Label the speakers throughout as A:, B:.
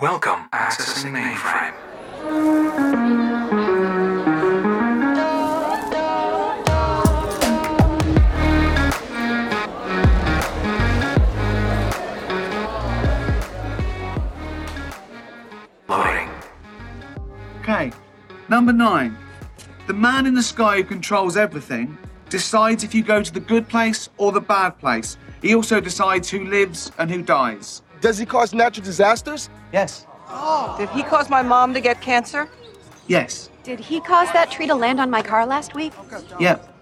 A: Welcome. Accessing mainframe. Loading.
B: Okay. Number nine. The man in the sky who controls everything decides if you go to the good place or the bad place. He also decides who lives and who dies.
C: Does he cause natural disasters?
B: Yes.
D: Did he cause my mom to get cancer?
B: Yes.
E: Did he cause that tree to land on my car last week?
B: Yep.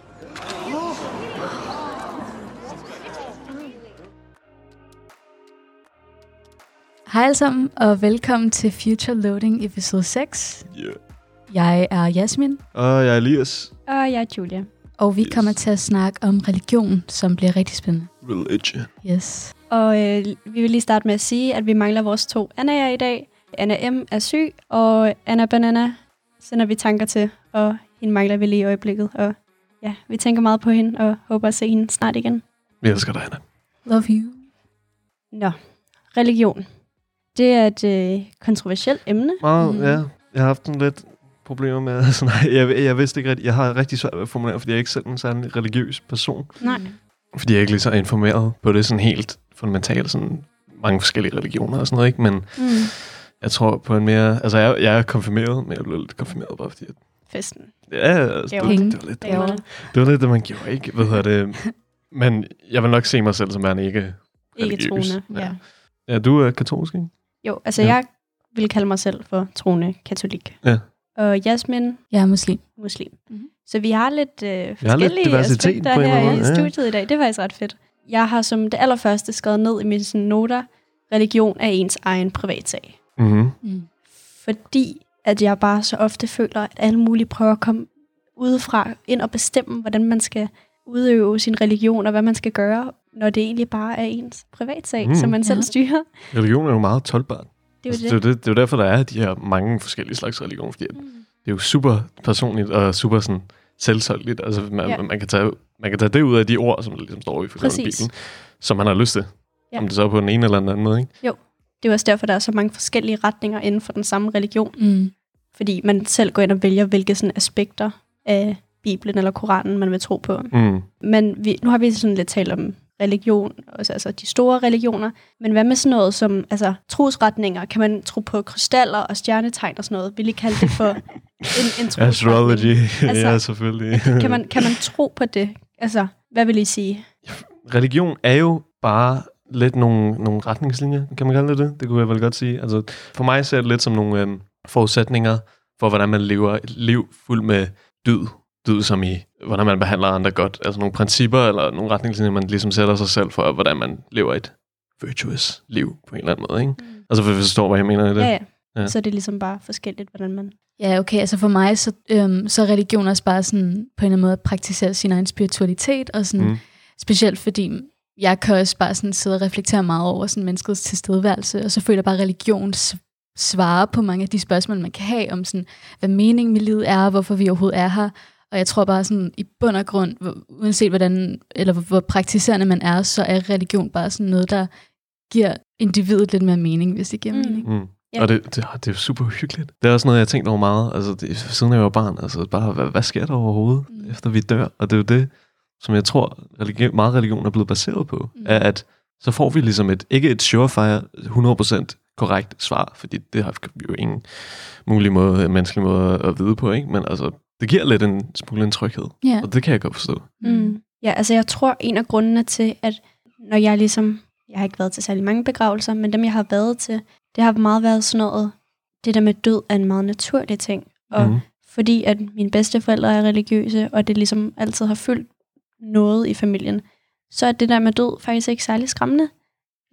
F: Hej alle sammen, og velkommen til Future Loading episode 6.
G: Yeah.
F: Jeg er Jasmin,
G: Og jeg er Ah, Elias.
H: Og jeg er Julia.
F: og vi
G: Yes.
F: kommer til at snakke om religion, som bliver rigtig spændende.
G: Religion.
F: Yes.
H: Og øh, vi vil lige starte med at sige, at vi mangler vores to Anna'er i dag. Anna M. er syg, og Anna Banana sender vi tanker til, og hende mangler vi lige i øjeblikket. Og ja, vi tænker meget på hende, og håber at se hende snart igen.
G: Vi elsker dig, Anna.
F: Love you.
H: Nå, religion. Det er et øh, kontroversielt emne.
G: Meget,
F: Mhm.
G: mm. ja. Jeg har haft en lidt problemer med, altså nej, jeg, jeg vidste ikke rigtigt, jeg har rigtig svært ved at formulere, fordi jeg er ikke selv en særlig religiøs person.
H: Nej.
G: Fordi jeg ikke lige så informeret på det sådan helt fundamentalt, sådan mange forskellige religioner og sådan noget, ikke? Men
H: Mm.
G: jeg tror på en mere, altså jeg, jeg er konfirmeret, men jeg blev lidt konfirmeret bare fordi, at,
H: Festen.
G: ja, altså, det,
F: Penge.
G: det, var lidt,
H: Det var
G: det var lidt det, man gjorde, ikke? Hvad hedder det? Men jeg vil nok se mig selv som værende ikke
H: ikke
G: religiøs.
H: troende.
G: Ja.
H: Ja.
G: Ja, du er katolsk, ikke?
H: Jo, altså
G: Ja.
H: ja. jeg vil kalde mig selv for troende katolik.
G: Ja.
H: Og Jasmin
F: Jeg er muslim.
H: muslim.
F: Mhm.
H: Mm-hmm. Så vi har lidt øh,
G: lidt
H: forskellige
G: diversitet
H: aspekter
G: på en eller
H: her
G: anden
H: i
G: måde, ja.
H: studiet i dag. Det er faktisk ret fedt. Jeg har som det allerførste skrevet ned i mine sådan, noter, religion er ens egen privatsag.
G: Mm-hmm.
F: Mm.
H: Fordi at jeg bare så ofte føler, at alle mulige prøver at komme udefra ind og bestemme, hvordan man skal udøve sin religion og hvad man skal gøre, når det egentlig bare er ens privatsag,
G: Mm.
H: mm. som man selv
F: Ja.
H: styrer.
G: Religion er jo meget tolkbart.
H: Det er
G: Altså,
H: jo
G: Det er
H: det.
G: jo det, det er jo derfor, der er de her mange forskellige slags religioner, fordi mm. det er jo super personligt og super sådan selvsolgligt. Altså, man, ja.
H: Ja.
G: man, kan tage, man kan tage det ud af de ord, som der ligesom står i for eksempel
H: Præcis.
G: Bibelen, som man har lyst til. Ja.
H: Ja.
G: Om det så er på den ene eller den anden måde, ikke?
H: Det er jo også derfor, der er så mange forskellige retninger inden for den samme religion.
F: Mm.
H: fordi man selv går ind og vælger, hvilke sådan aspekter af Bibelen eller Koranen, man vil tro på.
G: Mm.
H: Men vi, nu har vi sådan lidt talt om religion, også, altså de store religioner, men hvad med sådan noget som altså, trosretninger? Kan man tro på krystaller og stjernetegn og sådan noget? Vil I kalde det for en, en trosretning?
G: Astrology, altså,
H: Altså,
G: ja, selvfølgelig.
H: Kan man, kan man tro på det? Altså, hvad vil I sige?
G: Religion er jo bare lidt nogle, nogle retningslinjer, kan man kalde det det? Det kunne jeg vel godt sige. Altså, for mig ser det lidt som nogle øhm, forudsætninger for, hvordan man lever et liv fuld med dyd. Dyd som i, hvordan man behandler andre godt. Altså nogle principper eller nogle retningslinjer, man ligesom sætter sig selv for, hvordan man lever et virtuous liv på en eller anden måde. Ikke? Mm. Altså, hvis du forstår, hvad jeg mener i det.
H: Ja, ja.
G: Ja.
H: ja. Så er det ligesom bare forskelligt, hvordan man...
F: Ja, okay, altså for mig, så, øhm, så er religion også bare sådan, på en eller anden måde at praktisere sin egen spiritualitet, og sådan,
G: Mm.
F: mm. specielt fordi jeg kan også bare sådan sidde og reflektere meget over sådan menneskets tilstedeværelse, og så føler jeg bare, at religion s- svarer på mange af de spørgsmål, man kan have om sådan, hvad meningen med livet er, og hvorfor vi overhovedet er her. Og jeg tror bare sådan, i bund og grund, hvor- uanset hvordan, eller hvor, hvor praktiserende man er, så er religion bare sådan noget, der giver individet lidt mere mening, hvis det giver
H: Mm.
F: mening.
G: Mm.
H: Ja.
G: Og det, det, det er jo super hyggeligt. Det er også noget, jeg har tænkt over meget, altså det, siden jeg var barn. Altså bare, hvad, hvad sker der overhovedet,
F: Mm.
G: mm. efter vi dør? Og det er jo det, som jeg tror, religi- meget religion er blevet baseret på.
F: Mm.
G: Mm. Er, at så får vi ligesom et, ikke et surefire 100% korrekt svar, fordi det har vi jo ingen mulig måde, menneskelig måde at vide på, ikke? Men altså, det giver lidt en smule en tryghed,
F: Ja.
G: og det kan jeg godt forstå.
H: Mm. Ja, altså jeg tror, en af grundene til, at når jeg ligesom, jeg har ikke været til særlig mange begravelser, men dem jeg har været til, det har meget været sådan noget, det der med død er en meget naturlig ting. Og mm.
G: Mm.
H: fordi at mine bedsteforældre er religiøse, og det ligesom altid har fyldt noget i familien, så er det der med død faktisk ikke særlig skræmmende,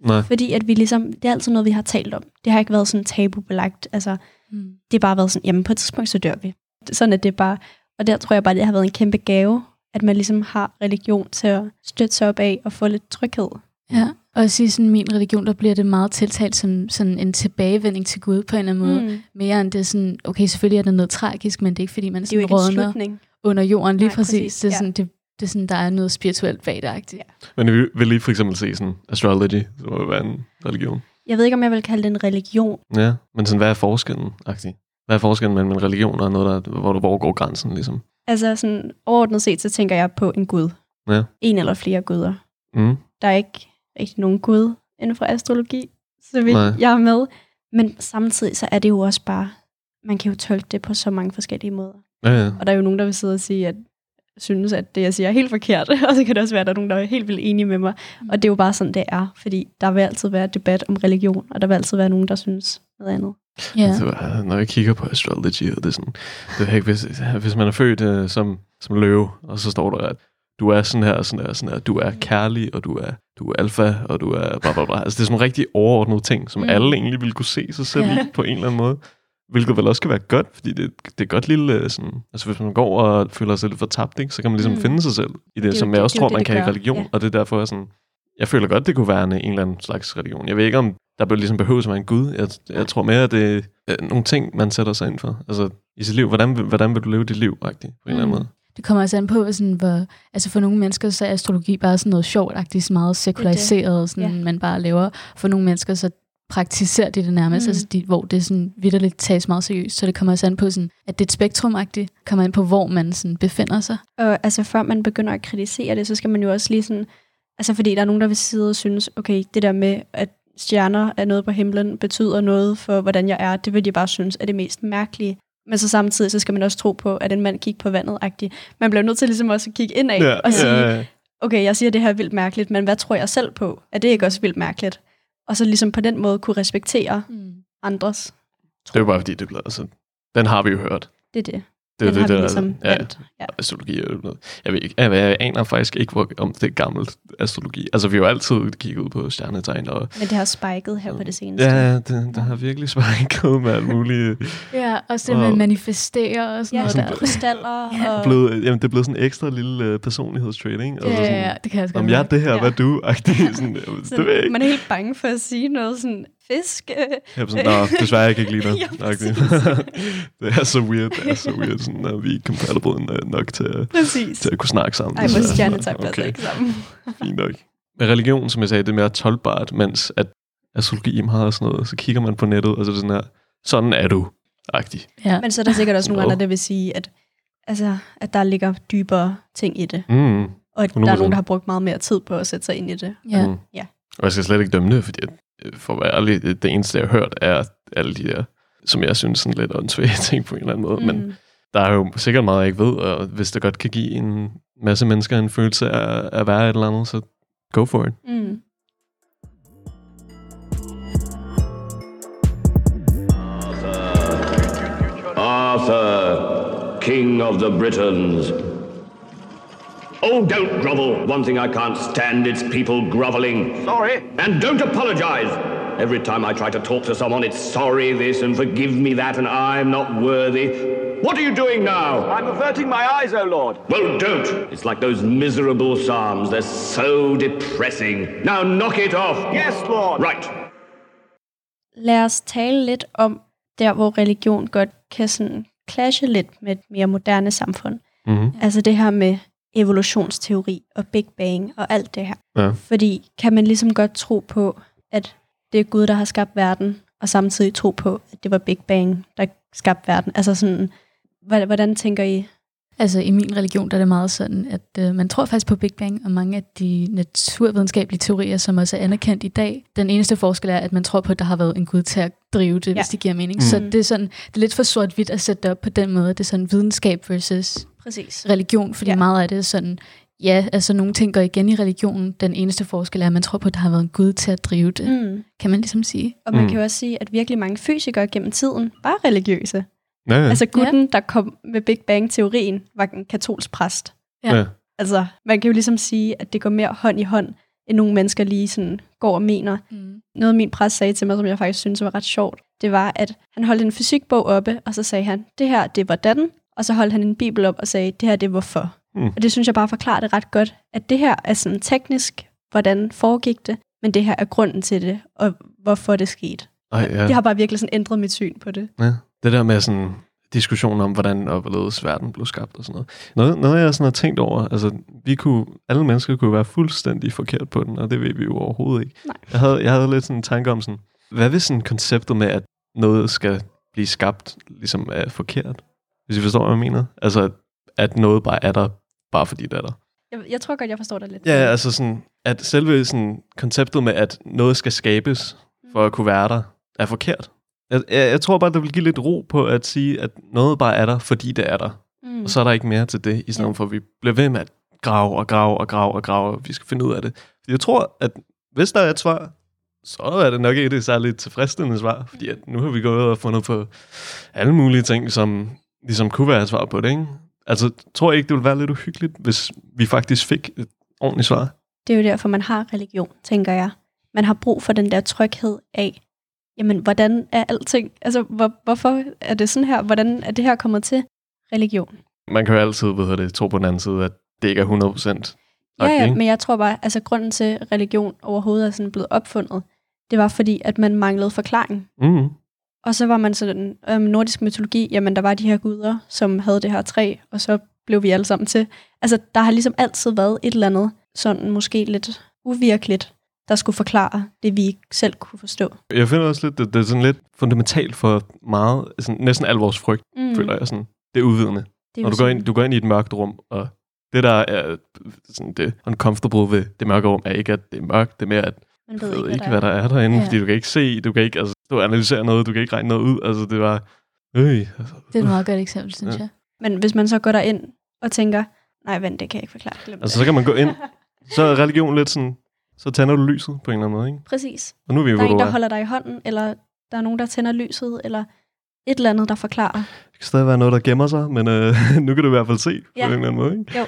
G: Nej.
H: fordi at vi ligesom, det er altid noget, vi har talt om. Det har ikke været sådan tabubelagt, altså
F: Mm.
H: det har bare været sådan, jamen på et tidspunkt, så dør vi. Sådan er det bare. Og der tror jeg bare, det har været en kæmpe gave, at man ligesom har religion til at støtte sig op af og få lidt tryghed.
F: Ja, og i sådan min religion, der bliver det meget tiltalt som sådan en tilbagevending til Gud på en eller anden måde. Mm. Mere end det er sådan, okay, selvfølgelig er der noget tragisk, men det er ikke fordi, man er
H: Det er jo
F: sådan
H: ikke en
F: rådner
H: slutning.
F: under jorden. Lige Nej,
H: Nej,
F: præcis. præcis.
H: præcis,
F: Det, er
H: ja.
F: sådan, det, det er sådan, der er noget spirituelt bag det. Ja.
G: Men vi vil lige for eksempel se sådan astrology, som må være en religion.
H: Jeg ved ikke, om jeg vil kalde det en religion.
G: Ja, men sådan, hvad er forskellen? Agtig? Hvad er forskellen mellem en religion og noget, der, hvor du hvor går grænsen, ligesom?
H: Altså sådan overordnet set, så tænker jeg på en gud.
G: Ja.
H: En eller flere guder.
G: Mm.
H: Der er ikke rigtig nogen gud inden for astrologi, så vidt
G: Nej.
H: Nej. jeg er med. Men samtidig så er det jo også bare, man kan jo tolke det på så mange forskellige måder.
G: Ja, ja.
H: Og der er jo nogen, der vil sidde og sige, at synes, at det, jeg siger, er helt forkert. og så kan det også være, at der er nogen, der er helt vildt enige med mig. Og det er jo bare sådan, det er. Fordi der vil altid være debat om religion, og der vil altid være nogen, der synes noget andet.
F: Ja.
G: Ja. Så, Altså, når jeg kigger på astrology, og det er sådan, det er ikke, hvis, hvis man er født øh, som, som løve, og så står der, at du er sådan her, sådan her, sådan her, du er kærlig, og du er, du er alfa, og du er bla bla bla. Altså det er sådan nogle rigtig overordnede ting, som
F: Mm.
G: mm. alle egentlig ville kunne se sig selv
F: Ja.
G: ja. på en eller anden måde. Hvilket vel også kan være godt, fordi det, det er et godt lille øh, sådan... Altså hvis man går og føler sig lidt fortabt, ikke, så kan man ligesom
H: Mm.
G: mm. finde sig selv i det,
H: Det er jo
G: det som
H: det-
G: jeg også
H: det er
G: tror,
H: jo det,
G: man
H: det
G: kan i
H: gør.
G: religion.
H: Ja.
G: Og det er derfor, jeg sådan... Jeg føler godt, det kunne være en, en eller anden slags religion. Jeg ved ikke, om der be- ligesom behøves at være en gud. Jeg, jeg tror mere, at det er øh, nogle ting, man sætter sig ind for. Altså i sit liv. Hvordan, vil- hvordan vil du leve dit liv, agtigt, på en eller anden
F: Mm.
G: måde?
F: Det kommer også an på, hvad sådan, hvor, altså for nogle mennesker, så er astrologi bare sådan noget sjovt, agtigt, sådan meget sekulariseret, sådan, man bare laver. For nogle mennesker, så praktiserer de det nærmest,
H: Mm.
F: mm. altså de, hvor det sådan vidderligt tages meget seriøst. Så det kommer også an på, sådan, at det er et spektrumagtigt, kommer an på, hvor man sådan befinder sig.
H: Og altså før man begynder at kritisere det, så skal man jo også lige sådan... Altså fordi der er nogen, der vil sidde og synes, okay, det der med, at stjerner er noget på himlen, betyder noget for, hvordan jeg er, det vil de bare synes er det mest mærkelige. Men så samtidig, så skal man også tro på, at en mand kigger på vandet -agtig. Man bliver nødt til ligesom også at kigge indad og sige,
G: ja.
H: okay, jeg siger, det her er vildt mærkeligt, men hvad tror jeg selv på? Er det ikke også vildt mærkeligt? Og så ligesom på den måde kunne respektere
F: Mm.
H: andres.
G: Det er jo bare fordi, det bliver... Altså, den har vi jo hørt.
H: Det er det.
G: Det er
H: Den
G: jo
H: har
G: det,
H: vi
G: der,
H: ligesom
G: ja,
H: valgt. Ja.
G: astrologi og noget. Jeg ved ikke, jeg, jeg aner faktisk ikke, hvor, om det er gammelt astrologi. Altså, vi har jo altid kigget ud på stjernetegn, og
H: Men det har spiket her på det seneste.
G: ja, ja, det, der har virkelig sparket med alt muligt.
F: Ja, også det, wow. man
G: Og-
F: manifesterer og sådan
H: Ja,
F: noget
G: sådan
F: der.
H: krystaller og...
G: Blevet, jamen, det er blevet sådan en ekstra lille uh, personlighedstrading. ikke? Altså,
F: Ja,
G: sådan,
F: ja, ja, det kan jeg også godt
G: Om jeg er
F: mærke.
G: det her,
H: Ja.
G: ja. hvad er du? Ej, det, er sådan,
H: Så
G: sådan, det ved jeg ikke.
H: man er helt bange for at sige noget sådan, fisk. øh,
G: Jeg er sådan, Nå, desværre, jeg kan ikke lide dig.
H: Ja,
G: Nok det. det er så weird. Det er så weird, sådan, at vi er ikke compatible øh, nok til, at-
H: Præcis.
G: til at kunne snakke sammen.
H: Ej, vores
G: Så-
H: stjernetegn passer
G: okay.
H: ikke sammen.
G: Fint nok. Med religion, som jeg sagde, det er mere tolkbart, mens at astrologi meget og sådan noget, så kigger man på nettet, og så er det sådan her, sådan er du, agtig.
F: Ja.
H: Men så er der sikkert også nogle
G: Nå.
H: andre, der vil sige, at, altså, at der ligger dybere ting i det.
G: Mm.
H: Og at der er
G: 100%.
H: nogen, der har brugt meget mere tid på at sætte sig ind i det.
F: Ja.
G: Mm.
H: Ja.
G: Og jeg skal slet ikke dømme det, fordi at, øh, for at være ærlig, det, det eneste, jeg har hørt, er alle de der, som jeg synes sådan lidt åndssvage ting på en eller anden måde, mm. men der er jo sikkert meget, jeg ikke ved, og hvis det godt kan give en masse mennesker en følelse af at være et eller andet, så go for it.
H: Mm.
I: Arthur, King of the Britons. Oh, don't grovel. One thing I can't stand, it's people groveling. Sorry. And don't apologize. Every time I try to talk to someone, it's sorry this and forgive me that, and I'm not worthy. What are you doing now?
C: I'm averting my eyes, O Lord.
I: Well, don't. It's like those miserable psalms. They're so depressing. Now knock it off.
C: Yes, Lord.
I: Right.
H: Lad os tale lidt om der, hvor religion godt kan sådan clashe lidt med et mere moderne samfund.
G: Mm-hmm.
H: Altså det her med evolutionsteori og Big Bang og alt det her.
G: Ja.
H: Fordi kan man ligesom godt tro på, at det er Gud, der har skabt verden, og samtidig tro på, at det var Big Bang, der skabte verden. Altså sådan, hva- hvordan tænker I?
F: Altså i min religion, der er det meget sådan, at øh, man tror faktisk på Big Bang, og mange af de naturvidenskabelige teorier, som også er anerkendt i dag, den eneste forskel er, at man tror på, at der har været en gud til at drive det, ja. hvis det giver mening. Mm. Så det er, sådan, det er lidt for sort-hvidt at sætte det op på den måde. Det er sådan videnskab versus
H: Præcis.
F: religion, fordi
H: Ja.
F: ja. meget af det er sådan, ja, altså nogle ting går igen i religionen. Den eneste forskel er, at man tror på, at der har været en gud til at drive det, mm.
H: Mm.
F: kan man ligesom sige.
H: Og man
G: Mm.
H: kan jo også sige, at virkelig mange fysikere gennem tiden var religiøse.
G: Ja, ja.
H: Altså gutten, der kom med Big Bang-teorien, var en katolsk præst.
G: ja. ja.
H: Altså, man kan jo ligesom sige, at det går mere hånd i hånd, end nogle mennesker lige sådan går og mener.
F: Mm.
H: Noget min præst sagde til mig, som jeg faktisk synes var ret sjovt, det var, at han holdt en fysikbog oppe, og så sagde han, det her, det er hvordan, og så holdt han en bibel op og sagde, det her, det er hvorfor.
G: Mm.
H: Og det synes jeg bare forklarer det ret godt, at det her er sådan teknisk, hvordan foregik det, men det her er grunden til det, og hvorfor det skete.
G: Ej, ja.
H: Det har bare virkelig sådan ændret mit syn på det.
G: Ja. Det der med sådan diskussionen om, hvordan og hvorledes verden blev skabt og sådan noget. Noget, noget jeg sådan har tænkt over, altså vi kunne, alle mennesker kunne være fuldstændig forkert på den, og det ved vi jo overhovedet ikke.
H: Nej.
G: Jeg havde, jeg havde lidt sådan en tanke om sådan, Hvad hvis sådan konceptet med, at noget skal blive skabt, ligesom er forkert? Hvis I forstår, hvad jeg mener? Altså, at- at noget bare er der, bare fordi det er der.
H: Jeg, jeg tror godt, jeg forstår dig lidt.
G: Ja, altså sådan, at selve sådan, konceptet med, at noget skal skabes
H: Mm.
G: for at kunne være der, er forkert. Jeg, jeg, jeg tror bare, det vil give lidt ro på at sige, at noget bare er der, fordi det er der.
H: Mm.
G: Og så er der ikke mere til det, i stedet
H: Ja.
G: for at vi bliver ved med at grave og grave og grave og grave, og vi skal finde ud af det. Fordi jeg tror, at hvis der er et svar, så er det nok ikke et særligt tilfredsstillende svar, fordi at nu har vi gået og fundet på alle mulige ting, som ligesom kunne være et svar på det, ikke? Altså, tror jeg ikke, det ville være lidt uhyggeligt, hvis vi faktisk fik et ordentligt svar?
H: Det er jo derfor, man har religion, tænker jeg. Man har brug for den der tryghed af, jamen, hvordan er alting? Altså, hvor, hvorfor er det sådan her? Hvordan er det her kommet til? Religion.
G: Man kan jo altid, hvad hedder det, tro på den anden side, at det ikke er 100%.
H: Ja, ja,
G: ikke?
H: men jeg tror bare, altså grunden til at religion overhovedet er sådan blevet opfundet, det var fordi, at man manglede forklaring.
G: Mm.
H: Og så var man sådan, øhm, nordisk mytologi, jamen der var de her guder, som havde det her træ, og så blev vi alle sammen til. Altså, der har ligesom altid været et eller andet, sådan måske lidt uvirkeligt, der skulle forklare det, vi ikke selv kunne forstå.
G: Jeg finder også lidt, det, det er sådan lidt fundamentalt for meget, sådan, næsten al vores frygt,
H: Mm.
G: mm. føler jeg sådan. Det er uvidende.
H: Det er
G: Når du
H: jo
G: går,
H: sådan-
G: ind, du går ind i et mørkt rum, og det, der er sådan, det uncomfortable ved det mørke rum, er ikke, at det er mørkt, det er mere, at
H: Man
G: du ved ikke, hvad der er derinde,
H: Ja.
G: ja. fordi du kan ikke se, du kan ikke altså, du analysere noget, du kan ikke regne noget ud. Altså, det var... Øh, altså,
F: Det er et meget godt eksempel, synes
G: Ja.
F: jeg.
H: Men hvis man så går derind og tænker, nej, vent, det kan jeg ikke forklare. Glem
G: altså, så
H: det.
G: kan man gå ind, så er religion lidt sådan, så tænder du lyset på en eller anden måde, ikke?
H: Præcis.
G: Og nu er vi jo,
H: Der
G: hvor
H: er
G: du
H: en, der
G: er.
H: holder dig i hånden, eller der er nogen, der tænder lyset, eller et eller andet, der forklarer.
G: Det kan stadig være noget, der gemmer sig, men øh, nu kan du i hvert fald se på
H: Ja.
G: en eller anden måde, ikke?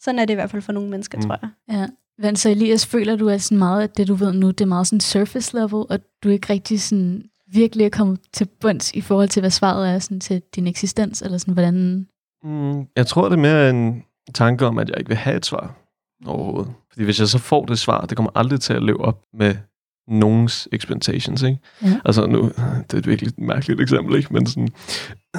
H: Sådan er det i hvert fald for nogle mennesker, mm.
G: Mm.
H: tror jeg.
F: Men så Elias, føler du altså meget, at det du ved nu, det er meget sådan surface level, og du er ikke rigtig sådan virkelig er kommet til bunds i forhold til, hvad svaret er sådan til din eksistens, eller sådan hvordan...
G: Mm, jeg tror, det er mere en tanke om, at jeg ikke vil have et svar overhovedet. Fordi hvis jeg så får det svar, det kommer aldrig til at leve op med nogens expectations, ikke?
F: Ja.
G: Altså nu, det er et virkelig mærkeligt eksempel, ikke? Men sådan,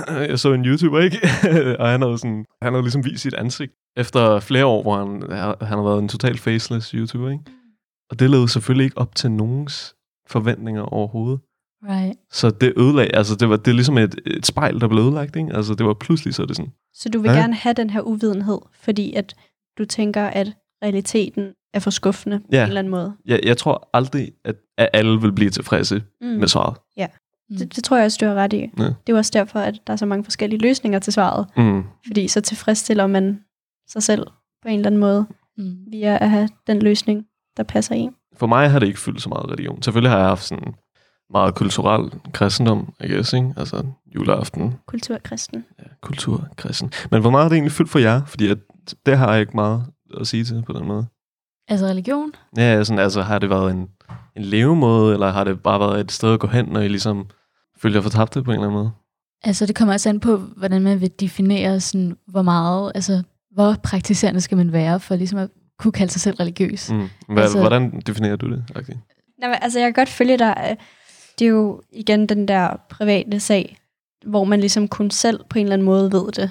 G: jeg så en YouTuber, ikke? og han havde, sådan, han havde ligesom vist sit ansigt efter flere år, hvor han, han havde været en total faceless YouTuber, ikke? Og det levede selvfølgelig ikke op til nogens forventninger overhovedet.
F: Right.
G: Så det ødelag, altså det var det er ligesom et, et spejl, der blev ødelagt, ikke? Altså det var pludselig så er det sådan,
H: Så du vil
G: Ja.
H: gerne have den her uvidenhed, fordi at du tænker, at realiteten er for skuffende på
G: Ja.
H: en eller anden måde.
G: jeg, jeg tror aldrig, at, at alle vil blive tilfredse mm.
H: Mm.
G: med svaret.
F: Mm,
H: Det, det tror jeg også, du har ret i.
G: Ja.
H: Det er jo også derfor, at der er så mange forskellige løsninger til svaret.
G: Mm.
H: Fordi så tilfredsstiller man sig selv på en eller anden måde,
F: Mm.
H: via at have den løsning, der passer en.
G: For mig har det ikke fyldt så meget religion. Selvfølgelig har jeg haft sådan meget kulturel kristendom, I guess, ikke? Altså juleaften,
H: Kulturkristen.
G: ja, kultur, kristen. Men hvor meget har det egentlig fyldt for jer? Fordi at, det har jeg ikke meget at sige til på den måde.
F: Altså religion?
G: Ja, sådan, altså har det været en, en levemåde, eller har det bare været et sted at gå hen, når I ligesom følte jer fortabte på en eller anden måde?
F: Altså, det kommer også an på, hvordan man vil definere, sådan, hvor meget, altså, hvor praktiserende skal man være, for ligesom at kunne kalde sig selv religiøs. Mm.
G: Mm. Hva,
F: Altså-
G: altså, hvordan definerer du det? Okay.
H: Nå, men, altså, jeg kan godt følge dig. Det er jo igen den der private sag, hvor man ligesom kun selv på en eller anden måde ved det,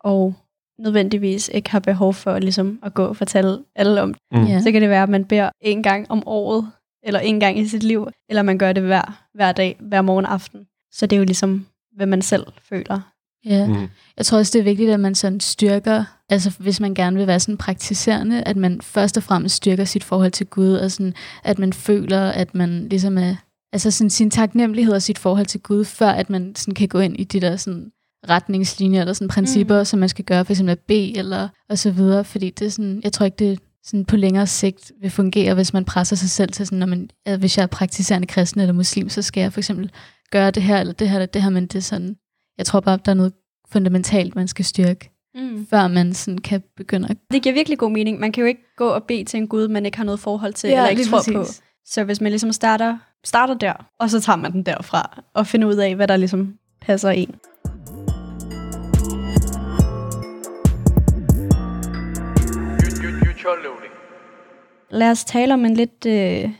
H: og nødvendigvis ikke har behov for ligesom at gå og fortælle alle om det.
G: Mm.
F: Ja.
H: Så kan det være, at man beder en gang om året, eller en gang i sit liv, eller man gør det hver, hver dag, hver morgen og aften. Så det er jo ligesom, hvad man selv føler.
F: Ja.
G: Mm.
F: Jeg tror også, det er vigtigt, at man sådan styrker, altså hvis man gerne vil være sådan praktiserende, at man først og fremmest styrker sit forhold til Gud, og sådan, at man føler, at man ligesom er, altså sådan sin taknemmelighed og sit forhold til Gud, før at man sådan kan gå ind i de der sådan retningslinjer eller sådan principper, mm. som man skal gøre, for eksempel at bede eller og så videre, fordi det er sådan, jeg tror ikke, det sådan på længere sigt vil fungere, hvis man presser sig selv til sådan, når man, at hvis jeg er praktiserende kristen eller muslim, så skal jeg for eksempel gøre det her, eller det her, eller det her, men det er sådan, jeg tror bare, der er noget fundamentalt, man skal styrke,
H: Mm.
F: før man sådan kan begynde at...
H: Det giver virkelig god mening. Man kan jo ikke gå og bede til en Gud, man ikke har noget forhold til, ja, eller ikke tror på. Så hvis man ligesom starter, starter der, og så tager man den derfra, og finder ud af, hvad der ligesom passer en. Lad os tale om en lidt, øh,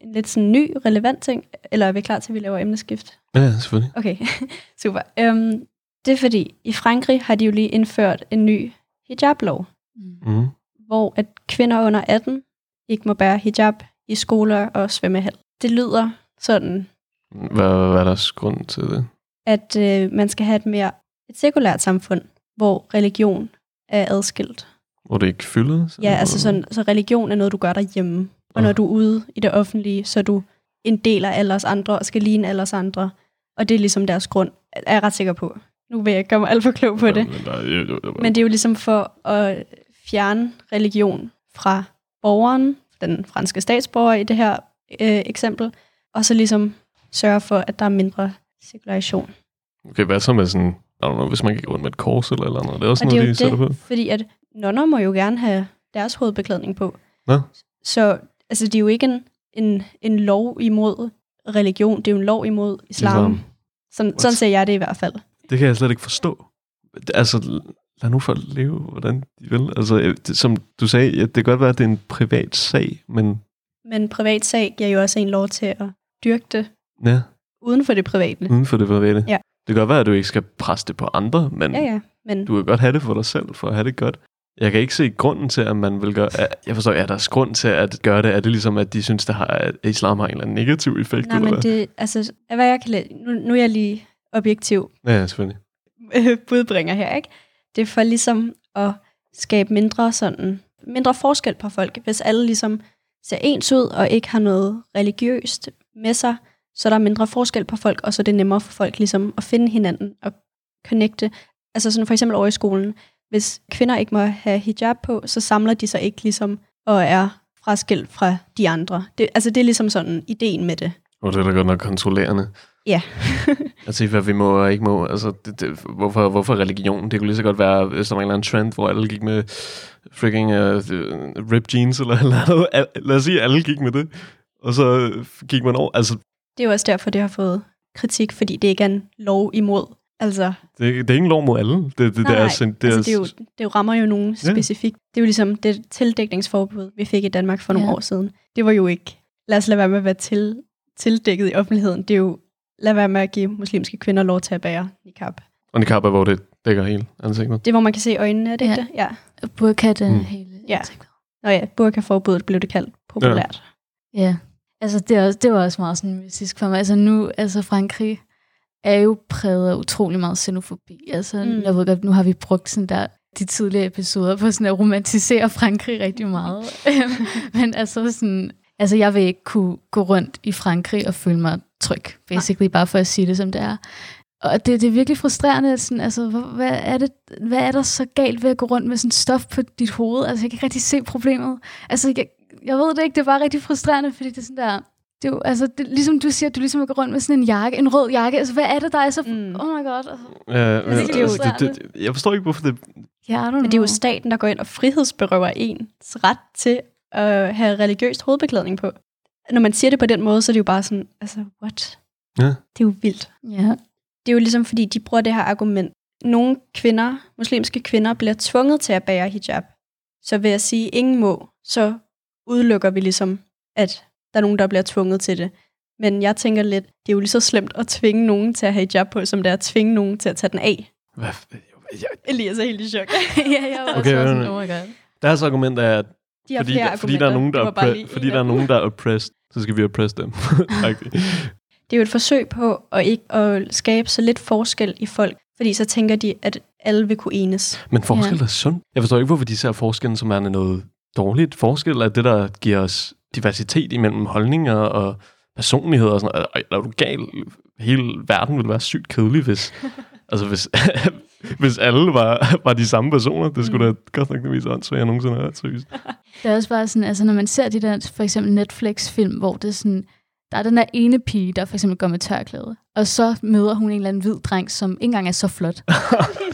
H: en lidt sådan ny, relevant ting. Eller er vi klar til, at vi laver emneskift?
G: ja, selvfølgelig.
H: Okay, super. Øhm, det er fordi, i Frankrig har de jo lige indført en ny hijablov,
G: Mm.
H: hvor at kvinder under 18 ikke må bære hijab i skoler og svømmehal. Det lyder sådan
G: Hvad, hvad er deres grund til det?
H: at øh, man skal have et mere et sekulært samfund, hvor religion er adskilt.
G: Hvor det ikke fyldes?
H: Ja, altså sådan, så religion er noget, du gør derhjemme. Og
G: Mm. Ah.
H: når du er ude i det offentlige, så er du en del af alle os andre, og skal ligne alle os andre. Og det er ligesom deres grund, er jeg ret sikker på. Nu vil jeg ikke gøre mig alt for klog på det. Men det er jo ligesom for at fjerne religion fra borgeren, den franske statsborger i det her øh, eksempel, og så ligesom sørge for, at der er mindre cirkulation.
G: Okay, hvad så med sådan, I don't know, hvis man gik rundt med et kors eller eller andet? Det er også
H: Og
G: noget,
H: det er
G: de
H: jo
G: sætter
H: det,
G: på.
H: fordi at nonner må jo gerne have deres hovedbeklædning på.
G: Nå.
H: Så altså, det er jo ikke en, en, en lov imod religion, det er jo en lov imod islam.
G: Islam.
H: islam. Sådan, sådan ser jeg det i hvert fald.
G: Det kan jeg slet ikke forstå. Det- Altså, lad nu folk leve, hvordan de vil. Altså, øh, det, som du sagde, ja, det kan godt være, at det er en privat sag, men
H: Men privat sag giver jo også en lov til at dyrke det
G: ja,
H: uden for det private.
G: uden for det private.
H: Mm. Ja.
G: Det kan godt være, at du ikke skal presse det på andre, men
H: Ja, ja. Men
G: du kan godt have det for dig selv, for at have det godt. Jeg kan ikke se grunden til, at man vil gøre... at- Jeg forstår, er der grund til at gøre det? Er det ligesom, at de synes, der har, at islam har en eller anden negativ effekt?
H: Nej,
G: eller
H: men
G: hvad?
H: det, altså, af hvad jeg kan læ- nu, nu er jeg lige objektiv
G: Ja, ja, selvfølgelig.
H: øh, budbringer her, ikke? Det er for ligesom at skabe mindre sådan, mindre forskel på folk. Hvis alle ligesom ser ens ud og ikke har noget religiøst med sig, så er der mindre forskel på folk, og så er det nemmere for folk ligesom at finde hinanden og connecte. Altså sådan for eksempel over i skolen, hvis kvinder ikke må have hijab på, så samler de sig ikke ligesom og er fraskilt fra de andre. Det, altså det er ligesom sådan ideen med det.
G: Og det er da godt nok kontrollerende.
H: Ja.
G: Altså, hvad vi må og ikke må. Altså, det, det, hvorfor, hvorfor religion? Det kunne lige så godt være, hvis der var en eller anden trend, hvor alle gik med freaking uh, ripped jeans, eller, eller noget. Al- lad os sige, at alle gik med det. Og så øh, gik man over. Altså,
H: Det er jo også derfor, det har fået kritik, fordi det ikke er en lov imod. Altså,
G: det, det er ikke en lov mod alle. Det, det, det er, sådan- det,
H: altså,
G: er,
H: det, er jo, det jo rammer jo nogen
G: Ja.
H: ja. specifikt. Det er jo ligesom det tildækningsforbud, vi fik i Danmark for nogle
F: Ja.
H: år siden. Det var jo ikke, lad os lade være med at være til, tildækket i offentligheden. Det er jo, lad være med at give muslimske kvinder lov til at bære niqab.
G: Og niqab er, hvor det dækker hele ansigtet.
H: Det er, hvor man kan se øjnene, er det
F: Ja.
H: ja. det? Ja.
F: Burka, den
G: Mm.
F: mm. hele...
H: Ja. Nå ja, burkaforbuddet blev det kaldt populært.
F: Ja, altså det, er også, det var også meget sådan mystisk for mig. Altså nu, altså Frankrig er jo præget af utrolig meget xenofobi. Altså, mm.
H: Mm.
F: jeg ved godt, nu har vi brugt sådan der, de tidligere episoder på sådan at romantisere Frankrig rigtig meget. Men altså sådan, altså jeg vil ikke kunne gå rundt i Frankrig og føle mig tryg, basically bare for at sige det, som det er. Og det, det er virkelig frustrerende, at sådan, altså, hvor- hvad, er det, hvad er der så galt ved at gå rundt med sådan stof på dit hoved? Altså, jeg kan ikke rigtig se problemet. Altså, jeg, jeg ved det ikke, det er bare rigtig frustrerende, fordi det er sådan der... Det er jo, altså, det, ligesom du siger, at du ligesom at gå rundt med sådan en jakke, en rød jakke. Altså, hvad er det, der er så... Mm.
H: Mm.
F: Oh my god. Altså,
G: Ja,
F: det er jo
G: jeg forstår ikke, hvorfor det...
F: ja, I don't
H: Men det er
F: know.
H: jo staten, der går ind og frihedsberøver ens ret til at have religiøst hovedbeklædning på. Når man siger det på den måde, så er det jo bare sådan, altså, what?
G: Ja.
H: Det er jo vildt.
F: Ja.
H: det er jo ligesom, fordi de bruger det her argument. Nogle kvinder, muslimske kvinder, bliver tvunget til at bære hijab. Så ved at sige, ingen må, så udelukker vi ligesom, at der er nogen, der bliver tvunget til det. Men jeg tænker lidt, det er jo lige så slemt at tvinge nogen til at have hijab på, som det er at tvinge nogen til at tage den af.
G: Hvad, jeg,
H: Elias er helt i chok.
F: ja, jeg var
G: Okay,
F: okay, også
G: men-
F: sådan, oh my god.
G: deres argument er, at
H: De har
G: fordi,
H: flere
G: der, fordi der er
H: argumenter.
G: nogen, der,
H: Det
G: er
H: var bare
G: oppre-
H: lige en
G: fordi
H: af
G: der er
H: dem.
G: nogen, der er oppressed, så skal vi oppresse dem. Agtigt.
H: Det er jo et forsøg på at ikke at skabe så lidt forskel i folk, fordi så tænker de, at alle vil kunne enes.
G: Men forskel er sundt. Jeg forstår ikke, hvorfor de ser forskellen som værende noget dårligt. Forskel er det, der giver os diversitet imellem holdninger og personligheder og sådan noget. Ej, er du gal? Hele verden ville være sygt kedelig, hvis, altså hvis, hvis alle var, var de samme personer. Det skulle
H: Mm.
G: da godt nok det mest åndssvagt, jeg nogensinde har hørt, seriøst.
F: Det er også bare sådan, altså når man ser de der, for eksempel Netflix-film, hvor det er sådan, der er den der ene pige, der for eksempel går med tørklæde, og så møder hun en eller anden hvid dreng, som ikke engang er så flot.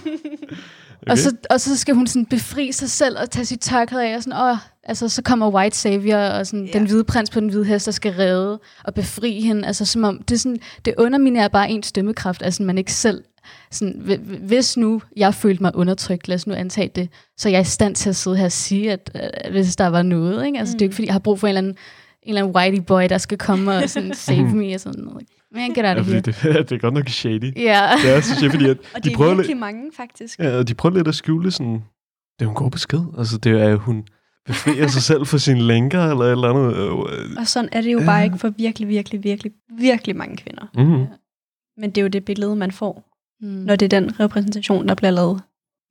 F: Okay. Og, så, og så skal hun sådan befri sig selv og tage sit tørklæde af, og sådan, åh, altså, så kommer White Savior, og sådan, yeah. den hvide prins på den hvide hest, der skal redde og befri hende. Altså, som om, det, er sådan, det underminerer bare ens dømmekraft, altså man ikke selv... Sådan, hv- hv- hvis nu jeg følte mig undertrykt, lad os nu antage det, så jeg er i stand til at sidde her og sige, at øh, hvis der var noget, ikke? Altså, mm. det er jo ikke, fordi jeg har brug for en eller anden, en eller anden whitey boy, der skal komme og sådan save me og sådan noget. Men get out
G: Ja,
F: of
G: fordi
F: here.
G: det, det er godt nok shady.
F: Ja.
G: Det er, synes jeg, fordi at
H: Og
G: de
H: det er
G: prøver lidt-
H: virkelig mange, faktisk.
G: Ja, og de prøver lidt at skjule sådan, det er jo en god besked. Altså, det er hun, befrier sig selv for sine lænker eller et eller andet. øh,
H: Og sådan er det jo bare ikke for virkelig, virkelig, virkelig, virkelig mange kvinder.
G: Mhm.
H: Men det er jo det billede, man får,
F: Mm.
H: når det er den repræsentation, der bliver lavet.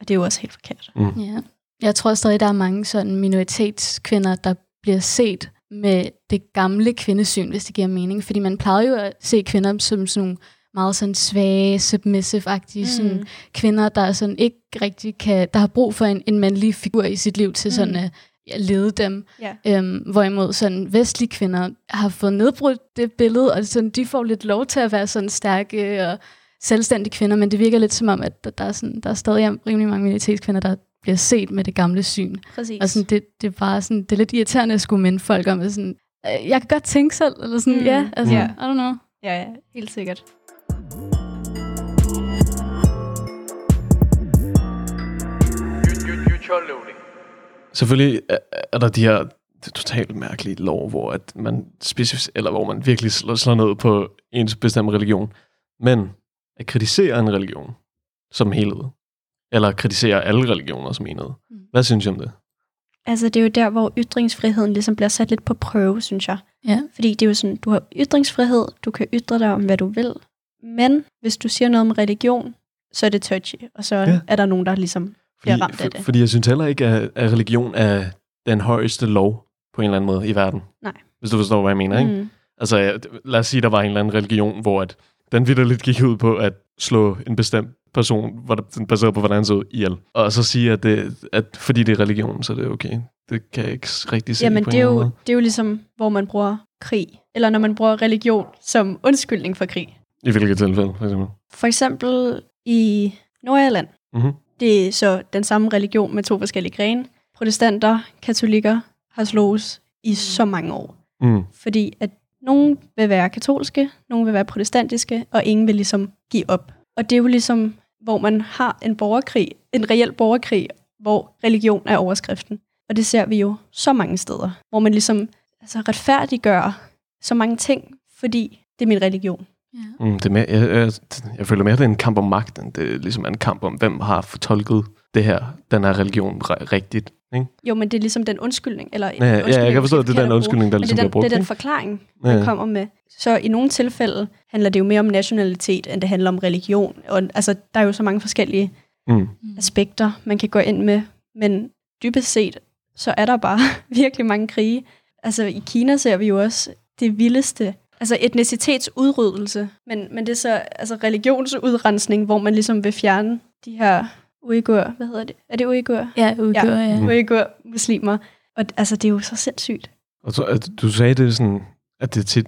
H: Og det er jo også helt forkert.
F: Ja. Jeg tror stadig, der er mange sådan minoritetskvinder, der bliver set med det gamle kvindesyn, hvis det giver mening. Fordi man plejede jo at se kvinder som sådan nogle meget sådan svage, submissive-agtige mm. sådan kvinder, der sådan ikke rigtig kan, der har brug for en, en mandlig figur i sit liv til sådan mm. at, at lede dem.
H: Ja.
F: Øhm, hvorimod sådan vestlige kvinder har fået nedbrudt det billede, og sådan, de får lidt lov til at være sådan stærke og selvstændige kvinder, men det virker lidt som om, at der, der, er, sådan, der er stadig er rimelig mange minoritetskvinder, der bliver set med det gamle syn.
H: Præcis.
F: Og
G: Altså-
F: sådan, det, det, er bare sådan, det er lidt irriterende at skulle minde folk om, at sådan, "Øh, jeg kan godt tænke selv, eller sådan,
H: Mm.
F: mm. ja, altså,
H: Ja.
F: yeah. I don't know.
H: Ja, ja, helt sikkert.
G: Selvfølgelig er, er der de her totalt mærkelige lov, hvor at man specific, eller hvor man virkelig slår, slår ned på ens bestemte religion. Men at kritisere en religion som helhed, eller kritisere alle religioner som enhed.
H: Mm.
G: Hvad synes I om det?
H: Altså, det er jo der, hvor ytringsfriheden ligesom bliver sat lidt på prøve, synes jeg.
F: Ja.
H: Fordi det er jo sådan, du har ytringsfrihed, du kan ytre dig om, hvad du vil. Men hvis du siger noget om religion, så er det touchy, og så
G: Ja.
H: ja. er der nogen, der ligesom... Bliver ramt af det.
G: fordi jeg synes heller ikke, at, at religion er den højeste lov på en eller anden måde i verden.
H: Nej.
G: Hvis du forstår, hvad jeg mener, ikke?
H: Mm,
G: Altså, ja, lad os sige, der var en eller anden religion, hvor at den vidderligt gik ud på at slå en bestemt person, hvor der- baseret på, hvordan han så ud, ihjel. Og så sige, at, det, at fordi det er religion, så er det okay. Det kan jeg ikke s- rigtig se
H: jamen,
G: på
H: det er,
G: en
H: jo,
G: eller anden
H: det er jo ligesom, hvor man bruger krig, eller når man bruger religion som undskyldning for krig.
G: måde. I hvilket tilfælde, for eksempel.
H: For eksempel i Nordjylland,
G: Mm-hmm.
H: det er så den samme religion med to forskellige grene. Protestanter, katolikker har slået i så mange år.
G: Mm.
H: fordi at nogen vil være katolske, nogen vil være protestantiske, og ingen vil ligesom give op. Og det er jo ligesom, hvor man har en borgerkrig, en reel borgerkrig, hvor religion er overskriften. Og det ser vi jo så mange steder, hvor man ligesom altså retfærdiggør så mange ting, fordi det er min religion.
G: Mm, det er mere, jeg, jeg, jeg føler mere, at det er en kamp om magt, end det ligesom er en kamp om, hvem har fortolket det her, den her religion re- rigtigt. Ikke?
H: Jo, men det er ligesom den undskyldning. Eller
G: Ja, ja, jeg kan forstå, at det er den undskyldning, der
H: Men
G: ligesom
H: det
G: bliver
H: er den,
G: brugt.
H: det er den
G: ikke?
H: forklaring,
G: Ja,
H: man
G: ja.
H: kommer med. Så i nogle tilfælde handler det jo mere om nationalitet, end det handler om religion. Og, altså, der er jo så mange forskellige
G: Mm.
H: aspekter, man kan gå ind med. Men dybest set, så er der bare virkelig mange krige. Altså i Kina ser vi jo også det vildeste. Altså etnicitetsudryddelse, men, men det er så altså religionsudrensning, hvor man ligesom vil fjerne de her uigur, hvad hedder det? Er det uigur?
F: Ja, udgør, ja.
G: Mm.
H: Mm. Uigur muslimer. Og d- altså, det er jo så sindssygt.
G: Og så, at du sagde det sådan, at det tit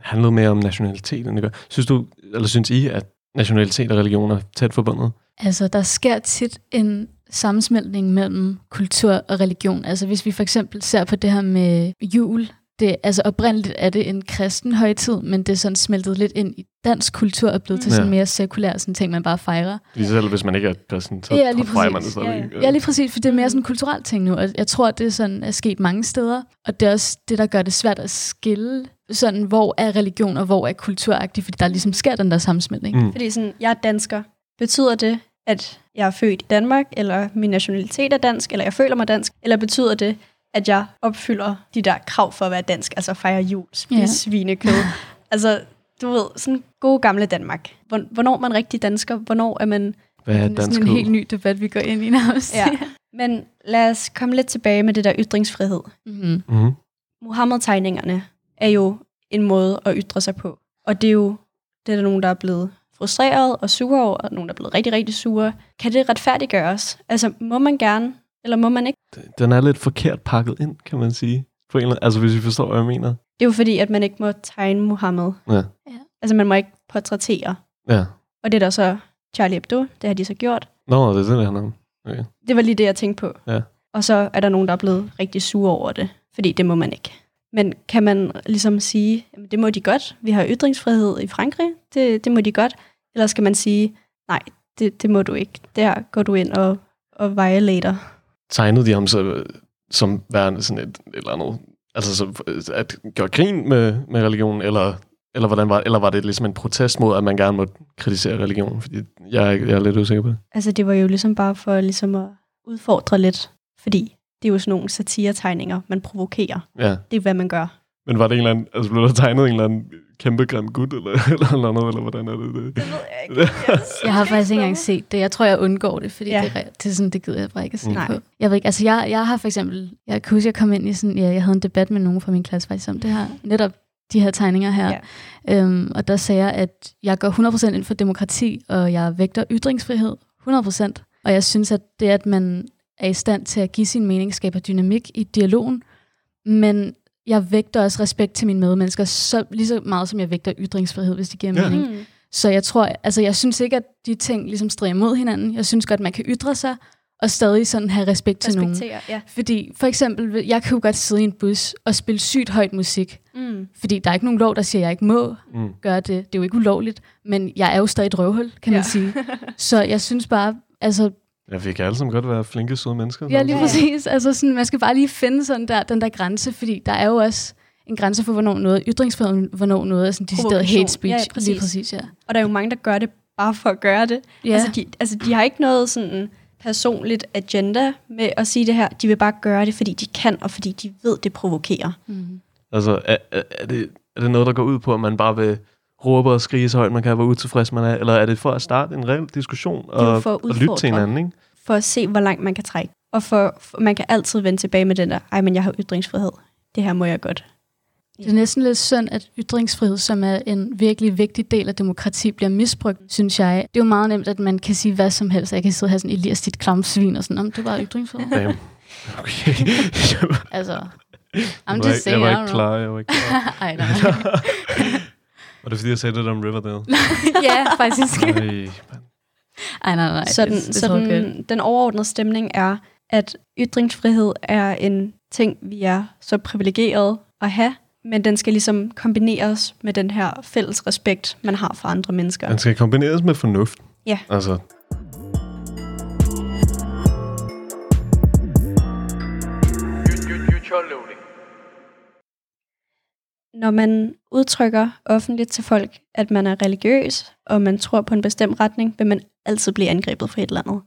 G: handlede mere om nationalitet, end det gør. Synes du, eller synes I, at nationalitet og religion er tæt forbundet?
F: Altså, der sker tit en sammensmeltning mellem kultur og religion. Altså, hvis vi for eksempel ser på det her med jul, det, altså oprindeligt er det en kristen højtid, men det er sådan smeltet lidt ind i dansk kultur og blevet til
G: Ja.
F: sådan mere sekulær, sådan ting, man bare fejrer.
G: Lige selv hvis man ikke er kristen, så
F: Ja, lige
G: fejrer man det
F: præcis.
G: stadigvæk.
F: Ja, lige præcis, for det er mere sådan en kulturel ting nu, og jeg tror, det er sådan er sket mange steder, og det er også det, der gør det svært at skille, sådan, hvor er religion og hvor er kulturagtigt, fordi der ligesom sker den der sammensmeltning.
G: Mm.
H: Fordi sådan, jeg er dansker. Betyder det, at jeg er født i Danmark, eller min nationalitet er dansk, eller jeg føler mig dansk? Eller betyder det, at jeg opfylder de der krav for at være dansk, altså fejre jul, spise
F: Ja.
H: yeah. svinekød? altså, du ved, sådan gode gamle Danmark. Hvor- Hvornår er man rigtig dansker? Hvornår er man...
G: Hvad er
F: det er
G: dansk
F: sådan en helt ny debat, vi går ind i nærmest.
H: Ja. Men lad os komme lidt tilbage med det der ytringsfrihed.
F: Mm-hmm.
G: mm-hmm.
H: Muhammed-tegningerne er jo en måde at ytre sig på. Og det er jo det er der nogen, der er blevet frustreret og sure over, og nogen, der er blevet rigtig, rigtig sure. Kan det retfærdiggøres? Altså, må man gerne, eller må man ikke?
G: Den er lidt forkert pakket ind, kan man sige. På en eller anden, altså hvis vi forstår, hvad jeg mener.
H: Det er jo fordi, at man ikke må tegne Mohammed.
G: Ja.
F: Ja.
H: Altså, man må ikke portrættere.
G: Ja.
H: Og det er der så Charlie Hebdo, det har de så gjort.
G: Nå, det er det, det handler om.
H: Det var lige det, jeg tænkte på.
G: Ja.
H: Og så er der nogen, der er blevet rigtig sure over det, fordi det må man ikke. Men kan man ligesom sige, jamen, det må de godt, vi har ytringsfrihed i Frankrig, det, det må de godt. Eller skal man sige, nej, det, det må du ikke, der går du ind og, og violater.
G: Tegnede de ham så, øh, som værende sådan et, et eller andet... Altså så, at gøre grin med, med religion, eller, eller, hvordan var, eller var det ligesom en protest mod, at man gerne måtte kritisere religion? Fordi jeg, er ikke- jeg er lidt usikker på det.
H: Altså det var jo ligesom bare for ligesom at udfordre lidt, fordi det er jo sådan nogle satiretegninger, man provokerer.
G: Ja.
H: Det er, hvad man gør.
G: Men var det en eller anden, altså blev der tegnet en eller anden kæmpe grim gut, eller, eller, eller noget, eller hvordan er det? det?
F: Altså, Jeg har faktisk ikke engang set det. Jeg tror, jeg undgår det, fordi
H: Ja.
F: ja. det, er re- det, er sådan, det gider jeg bare ikke at se
H: Nej.
F: på. Jeg ved ikke, altså jeg, jeg har for eksempel, jeg kan huske, jeg kom ind i sådan, ja, jeg havde en debat med nogen fra min klasse faktisk om det her, netop de her tegninger her. Ja. Øhm, og der sagde jeg, at jeg går 100% ind for demokrati, og jeg vægter ytringsfrihed 100%. Og jeg synes, at det, at man er i stand til at give sin mening, skaber dynamik i dialogen. Men jeg vægter også respekt til mine medmennesker, så, lige så meget som jeg vægter ytringsfrihed, hvis det giver
G: Ja.
F: mening. Så jeg tror, altså jeg synes ikke, at de ting ligesom strider mod hinanden. Jeg synes godt, man kan ytre sig og stadig sådan have respekt til nogen.
H: Respektere, ja.
F: Fordi for eksempel, jeg kan jo godt sidde i en bus og spille sygt højt musik.
H: Mm.
F: Fordi der er ikke nogen lov, der siger, at jeg ikke må
G: Mm.
F: mm. gøre det. Det er jo ikke ulovligt, men jeg er jo stadig et røvhul, kan ja.
H: Ja.
F: man sige. Så jeg synes bare, altså,
G: Ja, vi kan alle sammen godt være flinke, søde mennesker.
F: ja lige
H: Ja.
F: præcis, altså sådan, man skal bare lige finde sådan der, den der grænse, fordi der er jo også en grænse for, hvornår noget er ytringsfrihed, hvornår noget er sådan decideret
H: Provokation.
F: hate speech.
H: Ja, ja, præcis.
F: Lige præcis, ja.
H: Og der er jo mange, der gør det bare for at gøre det.
F: Ja.
H: Altså, de, altså, de har ikke noget sådan personligt agenda med at sige det her. De vil bare gøre det, fordi de kan, og fordi de ved, det provokerer.
G: Altså, er, er, er, det, er det noget, der går ud på, at man bare vil råbe og skrige så højt, man kan, hvor utilfreds man er? Eller er det for at starte en reel diskussion
H: jo
G: og,
H: for at
G: og lytte til
H: udfordre.
G: hinanden, ikke?
H: For at se, hvor langt man kan trække. Og for, for man kan altid vende tilbage med den der, ej, men jeg har ytringsfrihed. Det her må jeg godt.
F: Det er næsten lidt synd, at ytringsfrihed, som er en virkelig vigtig del af demokrati, bliver misbrugt, synes jeg. Det er jo meget nemt, at man kan sige hvad som helst. Jeg kan sidde her sådan, Elias, dit klamme svin, og sådan, om det var ytringsfrihed.
G: Damn. Okay. jeg, var,
F: altså, I'm
G: jeg, var
F: just
G: ikke, jeg
F: saying,
G: var
F: I
G: ikke
F: don't know.
G: klar, jeg var ikke klar.
F: Ej, nej.
G: Var det, fordi jeg sagde det om Riverdale?
F: ja, faktisk.
G: Nej, mand.
F: Ej, nej, nej.
H: Så, den,
F: det, det
H: så
F: tror jeg godt.
H: den, den overordnede stemning er, at ytringsfrihed er en ting, vi er så privilegeret at have, men den skal ligesom kombineres med den her fælles respekt, man har for andre mennesker.
G: Den skal kombineres med fornuft.
H: Ja.
G: Altså,
H: Når man udtrykker offentligt til folk, at man er religiøs, og man tror på en bestemt retning, vil man altid blive angrebet for et eller andet.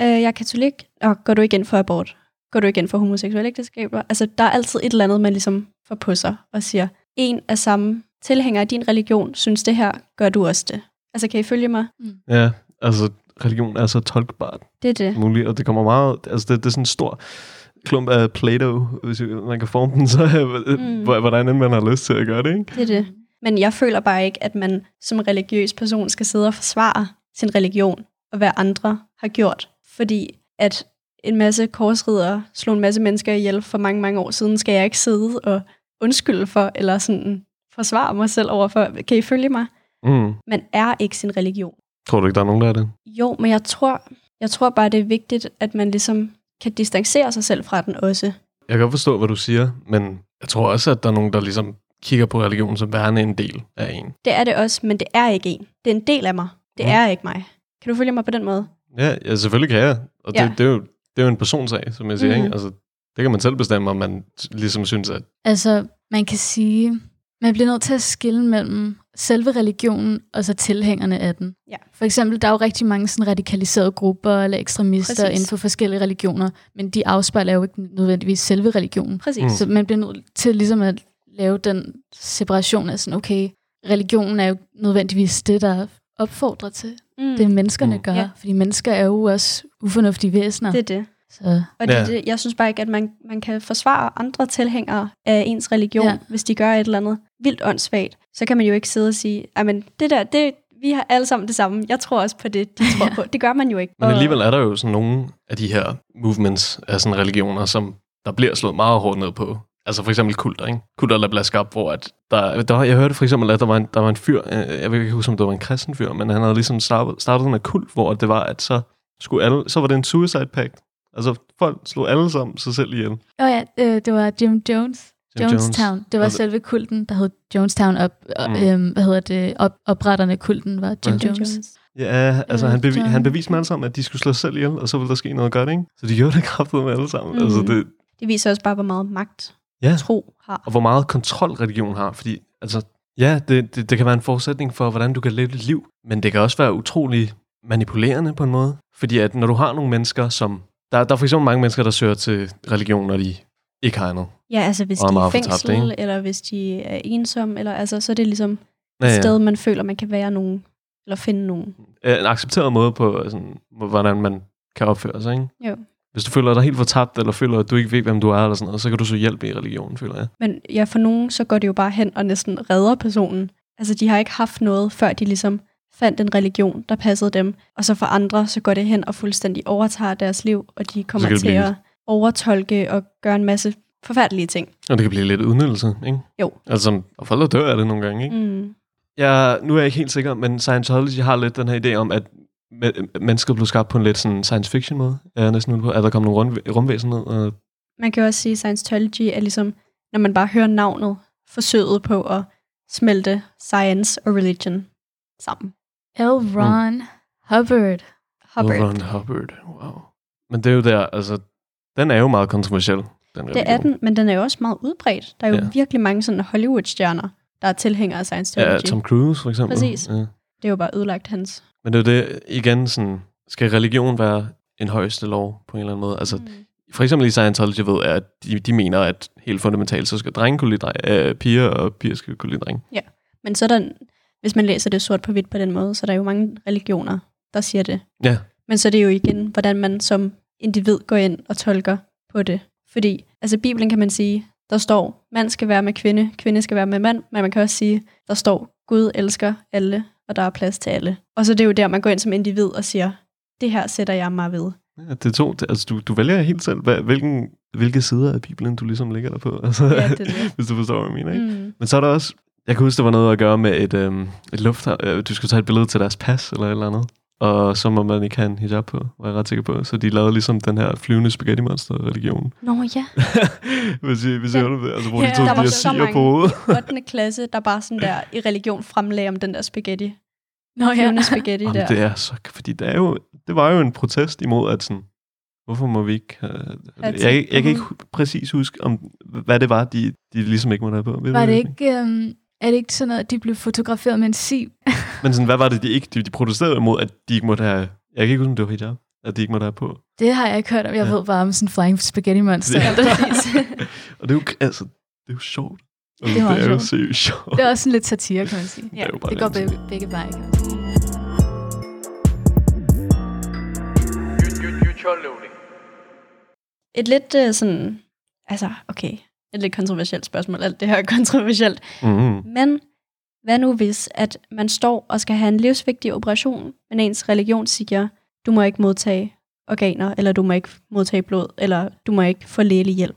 H: Øh, jeg er katolik, og går du ikke ind for abort? Går du ikke ind for homoseksuelle ægteskaber? Altså, der er altid et eller andet, man ligesom får på sig og siger, en af samme tilhængere af din religion synes det her, gør du også det. Altså, kan I følge mig?
G: ja, altså religion er så tolkbart
H: Det er det.
G: muligt, og det kommer meget, altså det, det er sådan en stor klump af Play-Doh, hvis man kan forme den, så
H: Mm.
G: mm. hvordan end man har lyst til at gøre det, ikke?
H: Det er det. Men jeg føler bare ikke, at man som religiøs person skal sidde og forsvare sin religion og hvad andre har gjort. Fordi at en masse korsridere slog en masse mennesker ihjel for mange, mange år siden, skal jeg ikke sidde og undskylde for, eller sådan forsvare mig selv overfor. Kan I følge mig?
G: Mm.
H: Man er ikke sin religion.
G: Tror du ikke, der er nogen, der er det?
H: Jo, men jeg tror, jeg tror bare, det er vigtigt, at man ligesom kan distancere sig selv fra den også.
G: Jeg kan godt forstå, hvad du siger, men jeg tror også, at der er nogen, der ligesom kigger på religion som værende en del af en.
H: Det er det også, men det er ikke en. Det er en del af mig. Det
G: Ja.
H: er ikke mig. Kan du følge mig på den måde?
G: Ja, ja selvfølgelig kan jeg, og det,
H: Ja.
G: ja. det, er jo, det er jo en personsag, som jeg siger,
H: Mhm.
G: mm. ikke? Altså, det kan man selv bestemme, om man s- ligesom synes, at
F: Altså, man kan sige, man bliver nødt til at skille mellem selve religionen og så tilhængerne af den.
H: Ja.
F: For eksempel, der er jo rigtig mange sådan radikaliserede grupper eller ekstremister
H: Præcis.
F: Præcis. inden for forskellige religioner, men de afspejler jo ikke nødvendigvis selve religionen.
H: Præcis.
G: Mm.
F: Så man bliver nødt til ligesom at lave den separation af sådan, okay, religionen er jo ikke nødvendigvis det, der opfordrer til
H: Mm.
F: det, menneskerne
G: Mm.
F: gør.
H: Ja.
F: Fordi mennesker er jo også ufornuftige væsener.
H: Det
F: Det.
H: er det.
F: Så
H: Og det,
G: Ja.
H: ja. det, jeg synes bare ikke, at man, man kan forsvare andre tilhængere af ens religion, ja.
F: Ja.
H: hvis de gør et eller andet vildt åndssvagt. Så kan man jo ikke sidde og sige, "Ej, men det der, det, vi har alle sammen det samme. Jeg tror også på det, de tror på. Det gør man jo ikke.
G: Men
H: Og-
G: alligevel er der jo sådan nogle af de her movements af sådan religioner, som der bliver slået meget hårdt ned på. Altså for eksempel kulter, ikke? Kulter, der bliver skabt, hvor at der, der, jeg hørte for eksempel, at der var en, der var en fyr, øh, jeg ved ikke huske, om det var en kristen fyr, men han havde ligesom startet, startet en kult, hvor det var, at så, skulle alle, så var det en suicide pact. Altså folk slog alle sammen sig selv ihjel. Jim
F: Åh ja, øh, det var Jim Jones. Jonestown. Jones. Det var
G: Altså-
F: selve kulten, der hed Jonestown. Op, op,
G: Mm.
F: øhm, hvad hedder det? Op, opretterne af kulten var Jim
G: Ja.
F: ja. Jones.
G: Ja, altså
F: Øh,
G: han, bevi,
F: John.
G: han beviste med alle sammen, at de skulle slå sig selv ihjel, og så ville der ske noget godt, ikke? Så de gjorde det kraftigt med alle sammen. Mm. Altså
H: Mhm.
G: det,
H: Det viser også bare, hvor meget magt
G: ja.
H: tro har.
G: og hvor meget kontrol religion har. Fordi, altså, ja, det, det, det kan være en forudsætning for, hvordan du kan leve dit liv, men det kan også være utrolig manipulerende på en måde. Fordi at når du har nogle mennesker, som Der, der er for eksempel mange mennesker, der søger til religion, når de ikke har andet.
H: Ja, altså hvis
G: Og er
H: de er i
G: meget fortabt,
H: fængsel,
G: ikke?
H: eller hvis de er ensomme, eller, altså, så er det ligesom et
G: Ja, ja.
H: sted, man føler, man kan være nogen, eller finde nogen.
G: Øh, En accepteret måde på, sådan, hvordan man kan opføre sig, ikke?
H: Jo.
G: Hvis du føler dig helt fortabt, eller føler, at du ikke ved, hvem du er, eller sådan noget, så kan du søge hjælp i religionen, føler jeg.
H: Men ja, for nogen, så går det jo bare hen og næsten redder personen. Altså, de har ikke haft noget, før de ligesom fandt en religion, der passede dem. Og så for andre, så går det hen og fuldstændig overtager deres liv, og de kommer
G: kan det
H: til
G: blive-
H: at overtolke og gøre en masse forfærdelige ting.
G: Og det kan blive lidt udnyttelse, ikke?
H: Jo.
G: Altså, og folk der dør af det nogle gange, ikke?
H: Mm.
G: Jeg, nu er jeg ikke helt sikker, men Scientology har lidt den her idé om, at me- mennesket blev skabt på en lidt sådan science fiction måde. Jeg er næsten ude på, at der kom nogle rum- rumvæsener ned. Og,
H: Man kan jo også sige, at Scientology er ligesom, når man bare hører navnet, forsøget på at smelte science og religion sammen.
F: L. Ron Hubbard.
H: Hubbard.
G: Ron Hubbard. Wow. Men det er jo der, altså, den er jo meget kontroversiel. Den
H: Det er
G: religion.
H: den, men den er jo også meget udbredt. Der er jo
G: Ja.
H: ja. virkelig mange sådan Hollywood-stjerner, der er tilhængere af Scientology.
G: Ja, Tom Cruise for eksempel.
H: Præcis.
G: Ja.
H: Det er jo bare ødelagt hans.
G: Men det er jo det, igen, sådan, skal religion være en højeste lov på en eller anden måde? Altså,
H: Mm.
G: for eksempel i Scientology ved jeg, at de, de mener, at helt fundamentalt, så skal drenge kunne lide dreng, øh, piger, og piger skal kunne lide drenge.
H: Men så er der, hvis man læser det sort på hvidt på den måde, så er der jo mange religioner, der siger det.
G: Ja.
H: Men så er det jo igen, hvordan man som individ går ind og tolker på det. Fordi, altså Bibelen kan man sige, der står, mand skal være med kvinde, kvinde skal være med mand, men man kan også sige, der står, Gud elsker alle, og der er plads til alle. Og så er det jo der, man går ind som individ og siger, det her sætter jeg mig ved.
G: Ja, det er to. Det, altså, du, du vælger helt selv, hvad, hvilken, hvilke sider af Bibelen, du ligesom ligger der på. Altså,
H: Ja, det er det.
G: hvis du forstår, hvad jeg mener. Ikke? Mm.
H: Mm.
G: Men så er der også... Jeg kan huske, der var noget at gøre med et, øhm, et luft... Øh, du skulle tage et billede til deres pas eller et eller andet. Og så må man ikke have en hijab på, var jeg ret sikker på. Så de lavede ligesom den her flyvende spaghetti monster-religion.
H: Nå ja,
G: hvis I, hvis I
H: Ja.
G: hører det. Altså, hvor de
H: Ja,
G: tog
H: der
G: de
H: var
G: her
H: så
G: siger på
H: mange.
G: hovedet.
H: 8. klasse, der bare sådan der i religion fremlagde om den der spaghetti.
F: Nå
H: Flyvende spaghetti
G: Jamen,
H: der.
G: det er så... Fordi det, er jo, det var jo en protest imod, at sådan... Hvorfor må vi ikke have, have det?
H: Have
G: Jeg,
H: ting
G: jeg
H: på
G: kan ikke hu- præcis huske, om, hvad det var, de, de ligesom ikke måtte have på. Ved du
F: Var det
G: Jasmin?
F: ikke, øhm, er det ikke sådan noget, at de blev fotograferet med en siv?
G: Men sådan, hvad var det, de ikke... De, de protesterede imod, at de ikke måtte have... Jeg kan ikke huske, om det var hijab. At de ikke måtte have på.
F: Det har jeg ikke hørt om. Jeg
G: Ja.
F: ja. ved bare om sådan Flying Spaghetti Monster.
G: Ja.
F: Ja.
G: Og det er jo, altså, det er jo sjovt. Altså,
F: Det var
G: det er jo
F: sjovt.
G: seriøst sjovt.
F: det er også sådan lidt satire, kan man sige.
G: Det er jo bare
F: Det
G: det
F: går
G: andet.
F: begge, begge veje. kan man sige.
H: Et lidt øh, sådan, altså okay, et lidt kontroversielt spørgsmål, alt det her er kontroversielt.
G: Mm-hmm.
H: Men hvad nu hvis, at man står og skal have en livsvigtig operation, men ens religion siger, du må ikke modtage organer, eller du må ikke modtage blod, eller du må ikke få lægelig hjælp.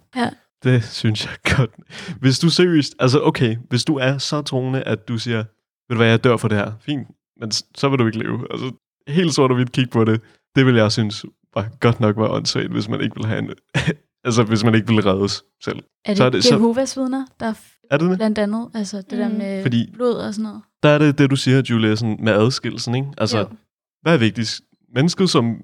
G: Det synes jeg godt. Hvis du seriøst, altså okay, hvis du er så troende, at du siger, ved du hvad, jeg dør for det her, fint, men s- så vil du ikke leve. Altså, helt sort og hvidt kigge på det, det vil jeg synes var godt nok var åndssvagt, hvis man ikke vil have en, altså hvis man ikke vil reddes selv.
F: Er det,
G: Så
F: så
G: er det-
F: det
G: så-
F: Jehovas vidner, der er f-
G: Er det det?
F: blandt andet? Altså det der
H: Mm.
F: med
G: Fordi-
F: Fordi... blod og sådan noget.
G: Der er det, det du siger, Julia, sådan med adskillelsen, ikke? Altså, jo.
H: Jo.
G: hvad er vigtigst? Mennesket som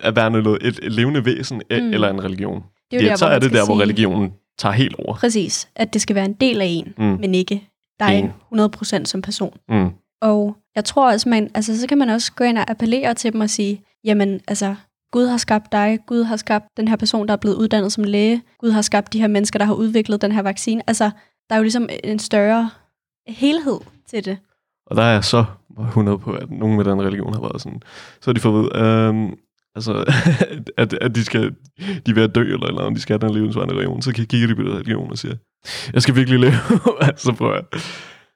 G: er værende noget, et, et levende væsen, mm.
H: Mm.
G: eller en religion?
H: Det er jo
G: ja,
H: der,
G: så
H: hvor
G: er
H: man
G: det
H: skal
G: der, hvor
H: sige-
G: religionen tager helt over.
H: Præcis, at det skal være en del af en,
G: Mm.
H: mm. men ikke dig
G: En.
H: 100% som person.
G: Mm.
H: Og jeg tror også, man, altså, så kan man også gå ind og appellere til dem og sige, jamen altså, Gud har skabt dig, Gud har skabt den her person, der er blevet uddannet som læge, Gud har skabt de her mennesker, der har udviklet den her vaccine. Altså, der er jo ligesom en større helhed til det.
G: Og der er jeg så 100 på, at nogen med den religion har været sådan, så har de fået ved, øhm, altså, at, at de, skal, de er ved at dø, eller, eller om de skal have den levensvarende religion, så kan- kigger de på den religion og siger, jeg skal virkelig leve, altså prøv at...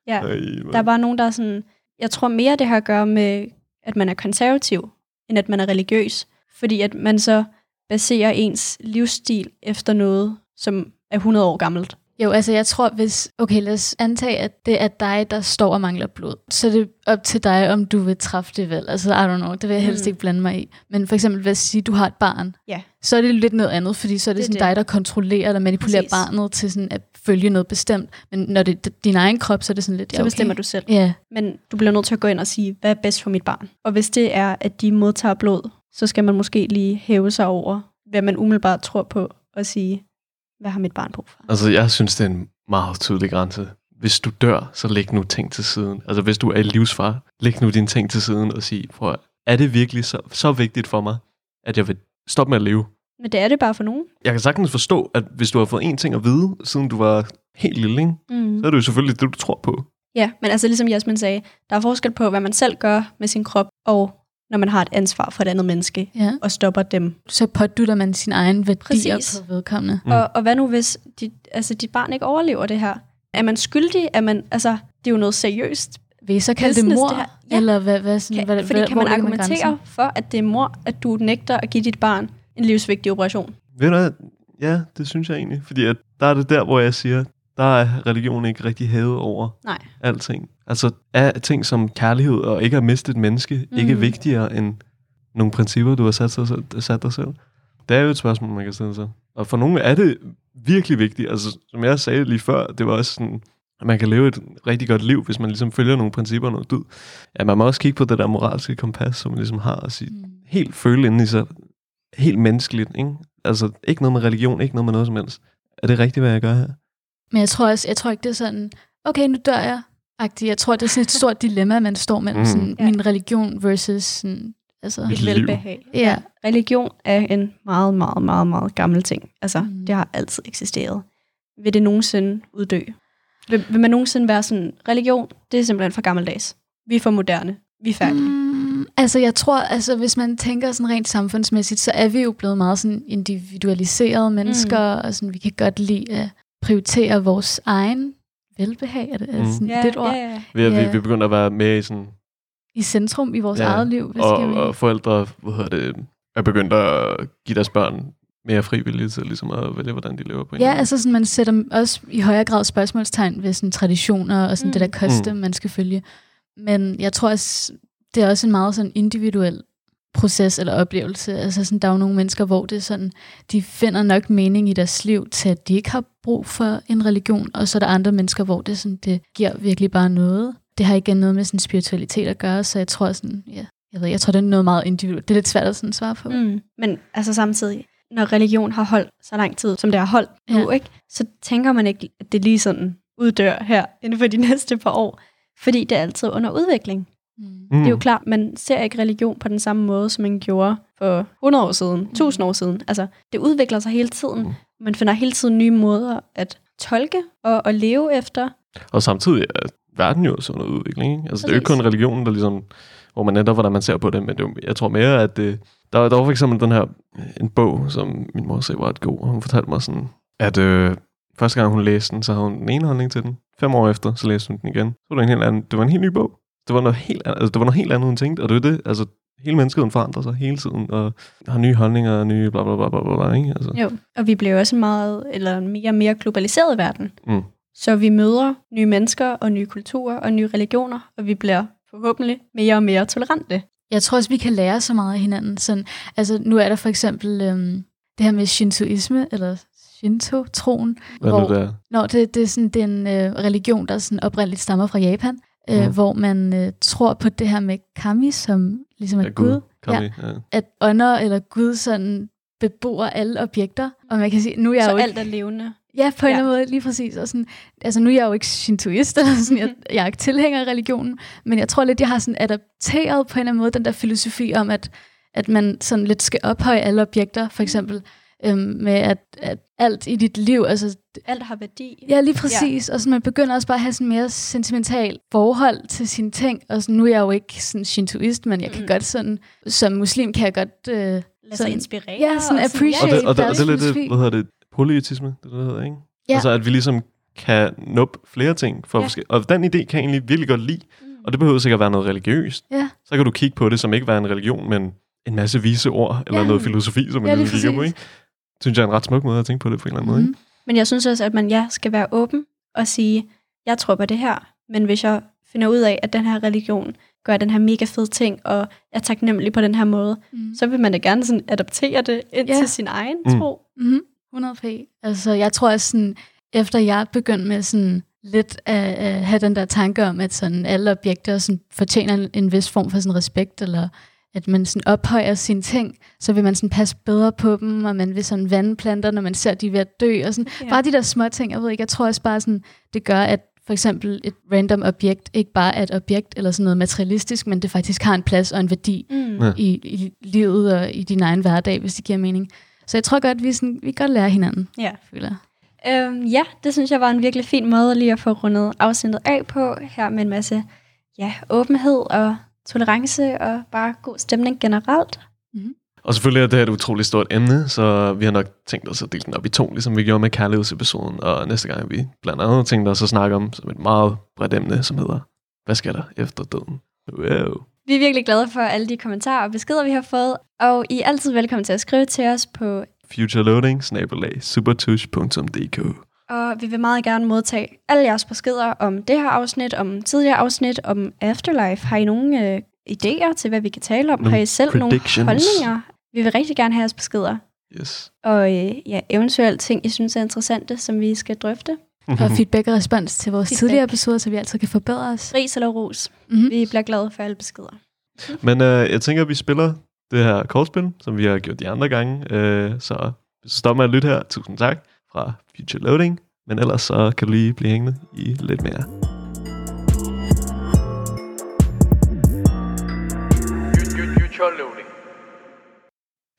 H: Ja,
G: Ej,
H: der er bare nogen, der er sådan, jeg tror mere, det har at gøre med, at man er konservativ, end at man er religiøs. Fordi at man så baserer ens livsstil efter noget, som er 100 år gammelt.
F: Jo, altså jeg tror, hvis... Okay, lad os antage, at det er dig, der står og mangler blod. Så er det op til dig, om du vil træffe det vel. Altså, I don't know, det vil jeg helst
H: Mm.
F: ikke blande mig i. Men for eksempel, hvis sige, du har et barn,
H: Ja.
F: så er det lidt noget andet, fordi så er det,
H: Det er
F: det sådan dig,
H: det.
F: der kontrollerer eller manipulerer
H: Præcis.
F: Præcis. barnet til sådan at følge noget bestemt. Men når det er din egen krop, så er det sådan lidt...
H: Så bestemmer du selv.
F: Ja,
H: Men du bliver nødt til at gå ind og sige, hvad er bedst for mit barn? Og hvis det er, at de modtager blod, så skal man måske lige hæve sig over, hvad man umiddelbart tror på, og sige, hvad har mit barn brug for?
G: Altså, jeg synes, det er en meget tydelig grænse. Hvis du dør, så læg nu ting til siden. Altså, hvis du er i livsfar, læg nu dine ting til siden og sig, prøv at, er det virkelig så, så vigtigt for mig, at jeg vil stoppe med at leve?
H: Men det er det bare for nogen.
G: Jeg kan sagtens forstå, at hvis du har fået én ting at vide, siden du var helt lille, ikke?
H: Mm.
G: så er det jo selvfølgelig det, du tror på.
H: Ja, men altså ligesom Jasmin sagde, der er forskel på, hvad man selv gør med sin krop, og når man har et ansvar for et andet menneske,
F: Ja.
H: og stopper dem.
F: Så pådutter man sin egen værdier
H: Præcis.
F: Præcis. på vedkommende.
G: Mm.
H: Mm. Og, og hvad nu, hvis dit, altså, dit barn ikke overlever det her? Er man skyldig? Er man, altså, det er jo noget seriøst.
F: Vil I så kalde det
H: Business,
F: mor? Det
H: det her. Ja.
F: ja. Eller hvad, hvad, sådan,
H: Kan,
F: hvad,
H: fordi
F: hvad,
H: kan man
F: hvor ligger
H: argumentere
F: grænsen?
H: for, at det er mor, at du nægter at give dit barn en livsvigtig operation?
G: Ved du hvad? Ja, det synes jeg egentlig. Fordi at der er det der, hvor jeg siger, der er religion ikke rigtig hævet over
H: Nej.
G: alting. Altså er ting som kærlighed og ikke at miste et menneske mm. ikke
H: Mm.
G: vigtigere end nogle principper, du har sat, sig selv, sat dig selv? Det er jo et spørgsmål, man kan stille sig. Og for nogle er det virkelig vigtigt. Altså som jeg sagde lige før, det var også sådan, at man kan leve et rigtig godt liv, hvis man ligesom følger nogle principper og noget dyd. Ja, man må også kigge på det der moralske kompas, som man ligesom har og sige,
F: Mm.
G: helt føle inde i sig. Helt menneskeligt, ikke? Altså, ikke noget med religion, ikke noget med noget som helst. Er det rigtigt, hvad jeg gør her?
F: Men jeg tror også, jeg tror ikke, det er sådan, okay, nu dør jeg. -agtigt. Jeg tror, det er sådan et stort dilemma, man står mellem mm.
G: Mm.
F: sådan,
H: Ja.
F: min religion versus sådan, altså,
G: Mit
H: Et
G: liv.
H: velbehag.
F: ja.
H: Religion er en meget, meget, meget, meget gammel ting. Altså,
F: Mm.
H: mm. det har altid eksisteret. Vil det nogensinde uddø? Vil, vil man nogensinde være sådan, religion, det er simpelthen for gammeldags. Vi er for moderne. Vi er færdige. Mm.
F: Mm, altså, jeg tror, altså, hvis man tænker sådan rent samfundsmæssigt, så er vi jo blevet meget sådan individualiserede mennesker, mm. og sådan, vi kan godt lide at prioritere vores egen velbehag, er det, er
G: Mm.
F: det sådan yeah, det et ord,
H: ja, ja.
G: Vi er, yeah.
F: Ja.
G: vi, vi begynder at være med i sådan...
F: i centrum i vores
G: Ja,
F: yeah. eget liv. Hvad
G: Og,
F: skal vi?
G: og forældre, hvad hedder det, er begyndt at give deres børn mere frivillige til ligesom at vælge, hvordan de lever på
F: Ja,
G: en eller anden
F: altså sådan, man sætter også i højere grad spørgsmålstegn ved sådan, traditioner og sådan
H: Mm.
F: mm. det der koste,
G: Mm.
F: mm. man skal følge. Men jeg tror også, det er også en meget sådan individuel proces eller oplevelse. Altså sådan, der er jo nogle mennesker, hvor det er sådan, de finder nok mening i deres liv til, at de ikke har brug for en religion, og så er der andre mennesker, hvor det, er sådan, det giver virkelig bare noget. Det har igen noget med sådan spiritualitet at gøre, så jeg tror sådan, ja, jeg ved, ikke, jeg tror, det er noget meget individuelt. Det er lidt svært at sådan svare på. Mm.
H: Mm. Men altså samtidig, når religion har holdt så lang tid, som det har holdt nu, ja. ikke, så tænker man ikke, at det lige sådan uddør her inden for de næste par år. Fordi det er altid under udvikling. Mm.
G: måde. Mm.
H: Det er jo klart, man ser ikke religion på den samme måde, som man gjorde for 100 år siden, 1000 år siden. Altså, det udvikler sig hele tiden.
G: Mm.
H: Man finder hele tiden nye måder at tolke og at leve efter.
G: Og samtidig er verden jo også under udvikling. Ikke? Altså, det er jo ikke
H: Præcis.
G: kun religionen, der ligesom, hvor man ændrer, hvordan man ser på det, men det, er jo- jeg tror mere, at det, der, der var for eksempel den her øh, en bog, som min mor sagde var ret god, og hun fortalte mig sådan, at øh, første gang hun læste den, så havde hun den ene holdning til den. Fem år efter, så læste hun den igen. Så var det en helt anden, det var en helt ny bog. Det var noget helt, an- altså, det var noget helt andet, hun tænkte, og det er det, altså, hele menneskeheden forandrer sig hele tiden, og har nye holdninger, og nye bla bla bla bla bla, ikke? Altså,
H: Jo, og vi bliver jo også en meget, eller en mere og mere globaliseret verden.
G: Mm.
H: Så vi møder nye mennesker og nye kulturer og nye religioner, og vi bliver forhåbentlig mere og mere tolerante.
F: Jeg tror også, vi kan lære så meget af hinanden. Sådan, altså, nu er der for eksempel øhm, det her med shintoisme, eller shinto-troen.
G: hvad
F: hvor-
G: nu der?
F: Nå, det, det er sådan det er en øh, religion, der sådan oprindeligt stammer fra Japan, øh,
G: Mhm.
F: mm. hvor man øh, tror på det her med kami, som ligesom er
G: Ja, Gud.
F: Gud.
G: Kom
F: Ja.
G: ja. ja.
F: At ånder eller Gud sådan bebor alle objekter. Og man kan sige, nu er jeg
H: så
F: jo ikke
H: alt er levende.
F: Ja, på en
H: Ja.
F: ja. eller anden måde, lige præcis. Og sådan, altså, nu er jeg jo ikke shintoist, eller sådan, jeg, jeg er ikke tilhænger af religionen, men jeg tror lidt, jeg har sådan adapteret på en eller anden måde den der filosofi om, at, at man sådan lidt skal ophøje alle objekter, for eksempel, øhm, med at, at alt i dit liv, altså,
H: Alt har værdi.
F: ja, lige præcis, ja. og så man begynder også bare at have sådan mere sentimental forhold til sine ting, og sådan, nu er jeg jo ikke sådan shintoist, men jeg kan
H: Mm.
F: mm. godt sådan, som muslim kan jeg godt... Øh,
H: Lad sig
F: sådan-
H: inspirere.
F: ja, sådan
H: og
F: appreciate
G: Og
H: ja,
G: det, og det, og
F: deres
G: det er lidt, det,
F: filosofi.
G: hvad hedder det, polyetisme, det er det, det hedder, ikke?
F: Ja.
G: Altså, at vi ligesom kan nuppe flere ting. For
H: Ja.
G: ja. Og den idé kan jeg egentlig virkelig godt lide.
H: Mm.
G: Og det behøver sikkert at være noget religiøst.
F: Ja.
G: Så kan du kigge på det som ikke være en religion, men en masse vise ord, eller
F: Ja.
G: noget filosofi, som man
F: Ja,
G: ja,
F: lige
G: kigger på,
F: præcis.
G: ikke? Synes jeg er en ret smuk måde at tænke på det på en eller anden måde,
F: Mhm.
G: ikke?
H: Men jeg synes også, at man ja, skal være åben og sige, jeg tror på det her, men hvis jeg finder ud af, at den her religion gør den her mega fede ting, og er taknemmelig på den her måde,
F: Mm.
H: så vil man da gerne sådan adaptere det ind
F: Ja.
H: til sin egen
G: Mm.
H: tro.
F: Mm-hmm. 100p. Altså, jeg tror også sådan, efter jeg begyndte med sådan lidt at, at have den der tanke om, at sådan alle objekter sådan fortjener en, en vis form for sådan respekt, eller at man sådan ophøjer sine ting, så vil man sådan passe bedre på dem, og man vil sådan vande planter, når man ser, de er ved at dø, og sådan.
H: Ja.
F: Ja. Bare de der små ting, jeg ved ikke, jeg tror også bare sådan, det gør, at for eksempel et random objekt, ikke bare er et objekt eller sådan noget materialistisk, men det faktisk har en plads og en værdi
H: Mm.
G: Ja.
F: i, i livet og i din egen hverdag, hvis det giver mening. Så jeg tror godt, vi, sådan, vi kan godt lære hinanden,
H: Ja.
F: føler jeg.
H: Øhm, ja, det synes jeg var en virkelig fin måde lige at få rundet afsnittet af på, her med en masse ja, åbenhed og tolerance og bare god stemning generelt.
G: Og selvfølgelig er det her et utroligt stort emne, så vi har nok tænkt os at dele den op i to, ligesom vi gjorde med kærlighedsepisoden. Og næste gang har vi blandt andet tænkt os at snakke om som et meget bredt emne, som hedder, hvad sker der efter døden? Wow.
H: Vi er virkelig glade for alle de kommentarer og beskeder, vi har fået, og I er altid velkommen til at skrive til os på,
G: Futureloading, snabelag, supertush.dk.
H: og vi vil meget gerne modtage alle jeres beskeder om det her afsnit, om tidligere afsnit, om Afterlife. Har I nogle øh, idéer til, hvad vi kan tale om?
G: Nogle
H: har I selv nogle
G: predictions.
H: holdninger? Vi vil rigtig gerne have jeres beskeder,
G: Yes.
H: og øh, ja, eventuelt ting, I synes er interessante, som vi skal drøfte.
F: Og feedback og respons til vores
H: Feedback.
F: feedback. tidligere episoder, så vi altid kan forbedre os.
H: Ris eller ros.
F: Mm-hmm.
H: Vi bliver glade for alle beskeder.
G: Men øh, jeg tænker, at vi spiller det her kortspil, som vi har gjort de andre gange. Øh, så hvis du stopper med at lytte her, tusind tak fra Future Loading. Men ellers så kan du lige blive hængende i lidt mere.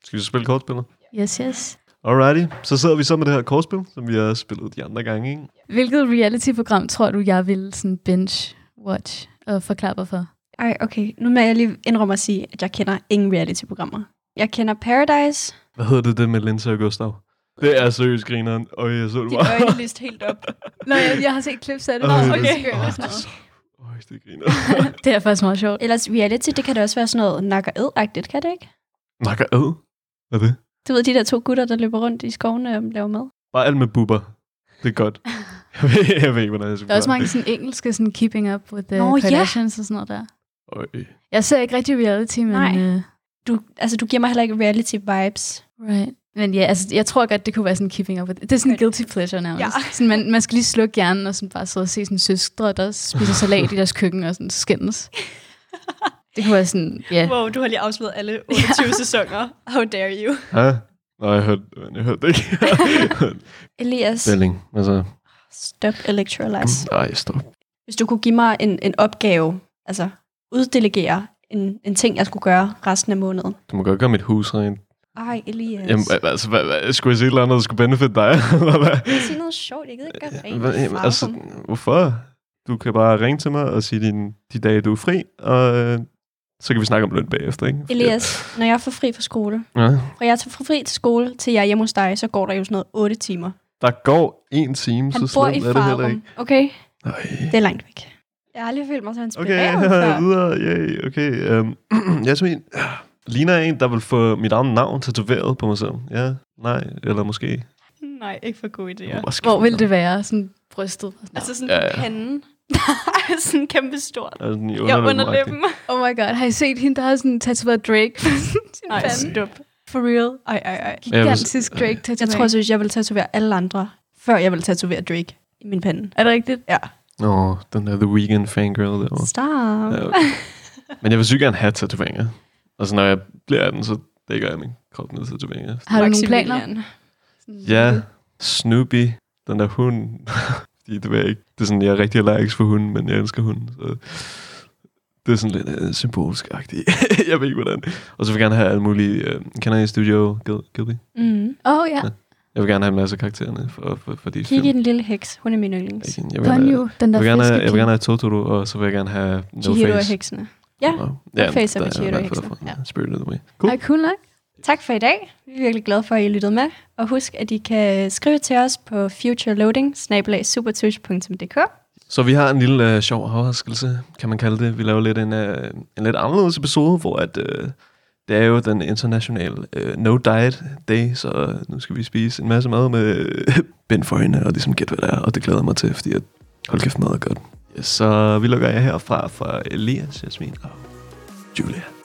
G: Skal vi så spille kortspillet?
F: Yes, yes.
G: Alrighty, så sidder vi så med det her kortspil, som vi har spillet de andre gange, ikke?
F: Hvilket reality-program tror du, jeg vil sådan binge-watch og forklare hvorfor?
H: Ej, okay. Nu må jeg lige indrømme at sige, at jeg kender ingen reality-programmer. Jeg kender Paradise.
G: Hvad hedder det, det med Linse og Gustav? Det er seriøst grineren. Øj, jeg så det
H: Dit
G: bare.
H: øjne lyst helt op.
F: Nå, jeg, jeg har set klips af det.
G: Øj,
F: Nå,
G: det-
F: okay.
G: Øj, det er så- Øj, det griner.
F: Det er faktisk meget sjovt.
H: Ellers reality, det kan da også være sådan noget nakker agtigt kan det ikke?
G: Nakker ad? Hvad er det?
H: Du ved, de der to gutter, der løber rundt i skovene og laver mad.
G: Bare alt med buber. Det er godt. Jeg ved, jeg ved ikke, hvordan jeg skal
F: Der er også
G: forklare
F: mange sådan engelske sådan keeping up with the
H: Nå, ja.
F: Kardashians og sådan noget der.
G: det. Øj.
F: Jeg ser ikke rigtig reality, men...
H: Nej.
F: Uh,
H: Du, altså, du giver mig heller ikke reality-vibes.
F: right. Men ja, altså, jeg tror godt, det kunne være sådan keeping up with... Det er sådan en guilty pleasure nærmest.
H: Ja.
F: Ja. Sådan, man, man skal lige slukke hjernen og sådan bare sidde og se sådan søstre, der spiser salat i deres køkken og sådan skændes. Det kunne være sådan, ja.
H: Wow, du har lige afsløret alle 28 sæsoner. How dare you.
G: Hæ? Nej, jeg hørte, jeg hørte det ikke.
H: Elias,
G: Spilling. Altså,
H: stop electrolyze.
F: Altså-
G: nej, stop.
H: Hvis du kunne give mig en, en opgave, altså uddelegere en, en ting, jeg skulle gøre resten af måneden.
G: Du må godt gøre mit hus rent.
H: Ej, Elias.
G: Jamen, al- altså, hvad, hvad, skulle jeg sige et eller andet, der skulle benefit dig? eller hvad?
H: Sig noget sjovt, jeg gider ikke gøre rent.
G: Hvad- jamen,
H: Farve
G: altså,
H: dem.
G: hvorfor? Du kan bare ringe til mig og sige din, de dage, du er fri, og øh, så kan vi snakke om løn bagefter, ikke? Fordi-
H: Elias, når jeg får fri fra skole,
G: Ja.
H: fra jeg tager fri til skole til jeg er hjemme hos dig, så går der jo sådan noget 8 timer.
G: Der går en time,
H: Han
G: så
H: bor i
G: slemt er det heller
H: Farum.
G: ikke.
H: Okay,
G: Nej.
H: det er langt væk. Jeg har aldrig følt mig så
G: Okay,
H: inspireret før.
G: okay videre. Yay, okay. Um, jeg tror, en- ligner jeg en, der vil få mit eget navn tatoveret på mig selv. Ja, nej, eller måske.
H: Nej, ikke for god idé.
G: måske
F: Hvor vil det være? Sådan brystet.
H: Altså sådan
G: Ja, ja.
H: panden. sådan kæmpe stort.
G: Altså, den i
H: Jeg
G: underlæben,
H: underlæben.
F: Oh my god, har I set hende, der har sådan tatoveret Drake på sin
H: Ej,
F: pande?
H: stop.
F: For real.
H: Ej, ej, ej.
F: Gigantisk Drake tatovering.
H: Jeg tror seriøst, jeg vil tatovere alle andre, før jeg vil tatovere Drake i min pande.
F: er det rigtigt?
H: Ja.
G: Åh, oh, den der The Weeknd fangirl derovre.
H: Stop.
G: Ja, okay. Men jeg vil sygt gerne have tatoveringer. Altså, når jeg bliver 18, så dækker jeg min krop med tatoveringer.
F: Har du nogle planer?
H: Maximilian.
G: Ja, Snoopy, den der hund. Fordi det ved jeg ikke. Det er sådan, jeg er rigtig allergisk for hunden, men jeg elsker hunden. Så det er sådan lidt øh, symbolsk-agtigt. jeg ved ikke, hvordan. Og så vil jeg gerne have alle mulige... Øh, kender I Studio Gil- Gilby?
H: Mm.
F: Åh oh, ja,
G: Jeg vil gerne have en masse af karaktererne for, for, for de
H: Kig i
G: film.
H: den lille heks. Hun er min yndlings.
G: Jeg vil, gerne,
F: Ponyo, den
G: jeg,
F: der
G: vil gerne, have- jeg vil gerne
F: fiskepige.
G: have Totoro, og så vil jeg gerne have No
H: Chihiro og
G: Face.
H: heksene. Ja,
G: Og-
H: Face er
G: der
H: med Chihiro
G: i hvert fald
H: og heksene.
G: derfra.
H: Ja.
G: Spirit of the Way. Cool.
F: Ej, cool nok.
H: Tak for i dag. Vi er virkelig glade for, at I lyttede med. Og husk, at I kan skrive til os på futureloading
G: Så vi har en lille øh, sjov overraskelse, kan man kalde det. Vi laver lidt en, øh, en lidt anderledes episode, hvor at, øh, det er jo den internationale øh, No Diet Day, så øh, nu skal vi spise en masse mad med øh, bind for øjnene, og ligesom gæt, hvad det er, og det glæder jeg mig til, fordi at, hold kæft, mad er godt. Ja, Så vi lukker jer herfra fra Elias, Jasmin og Julia.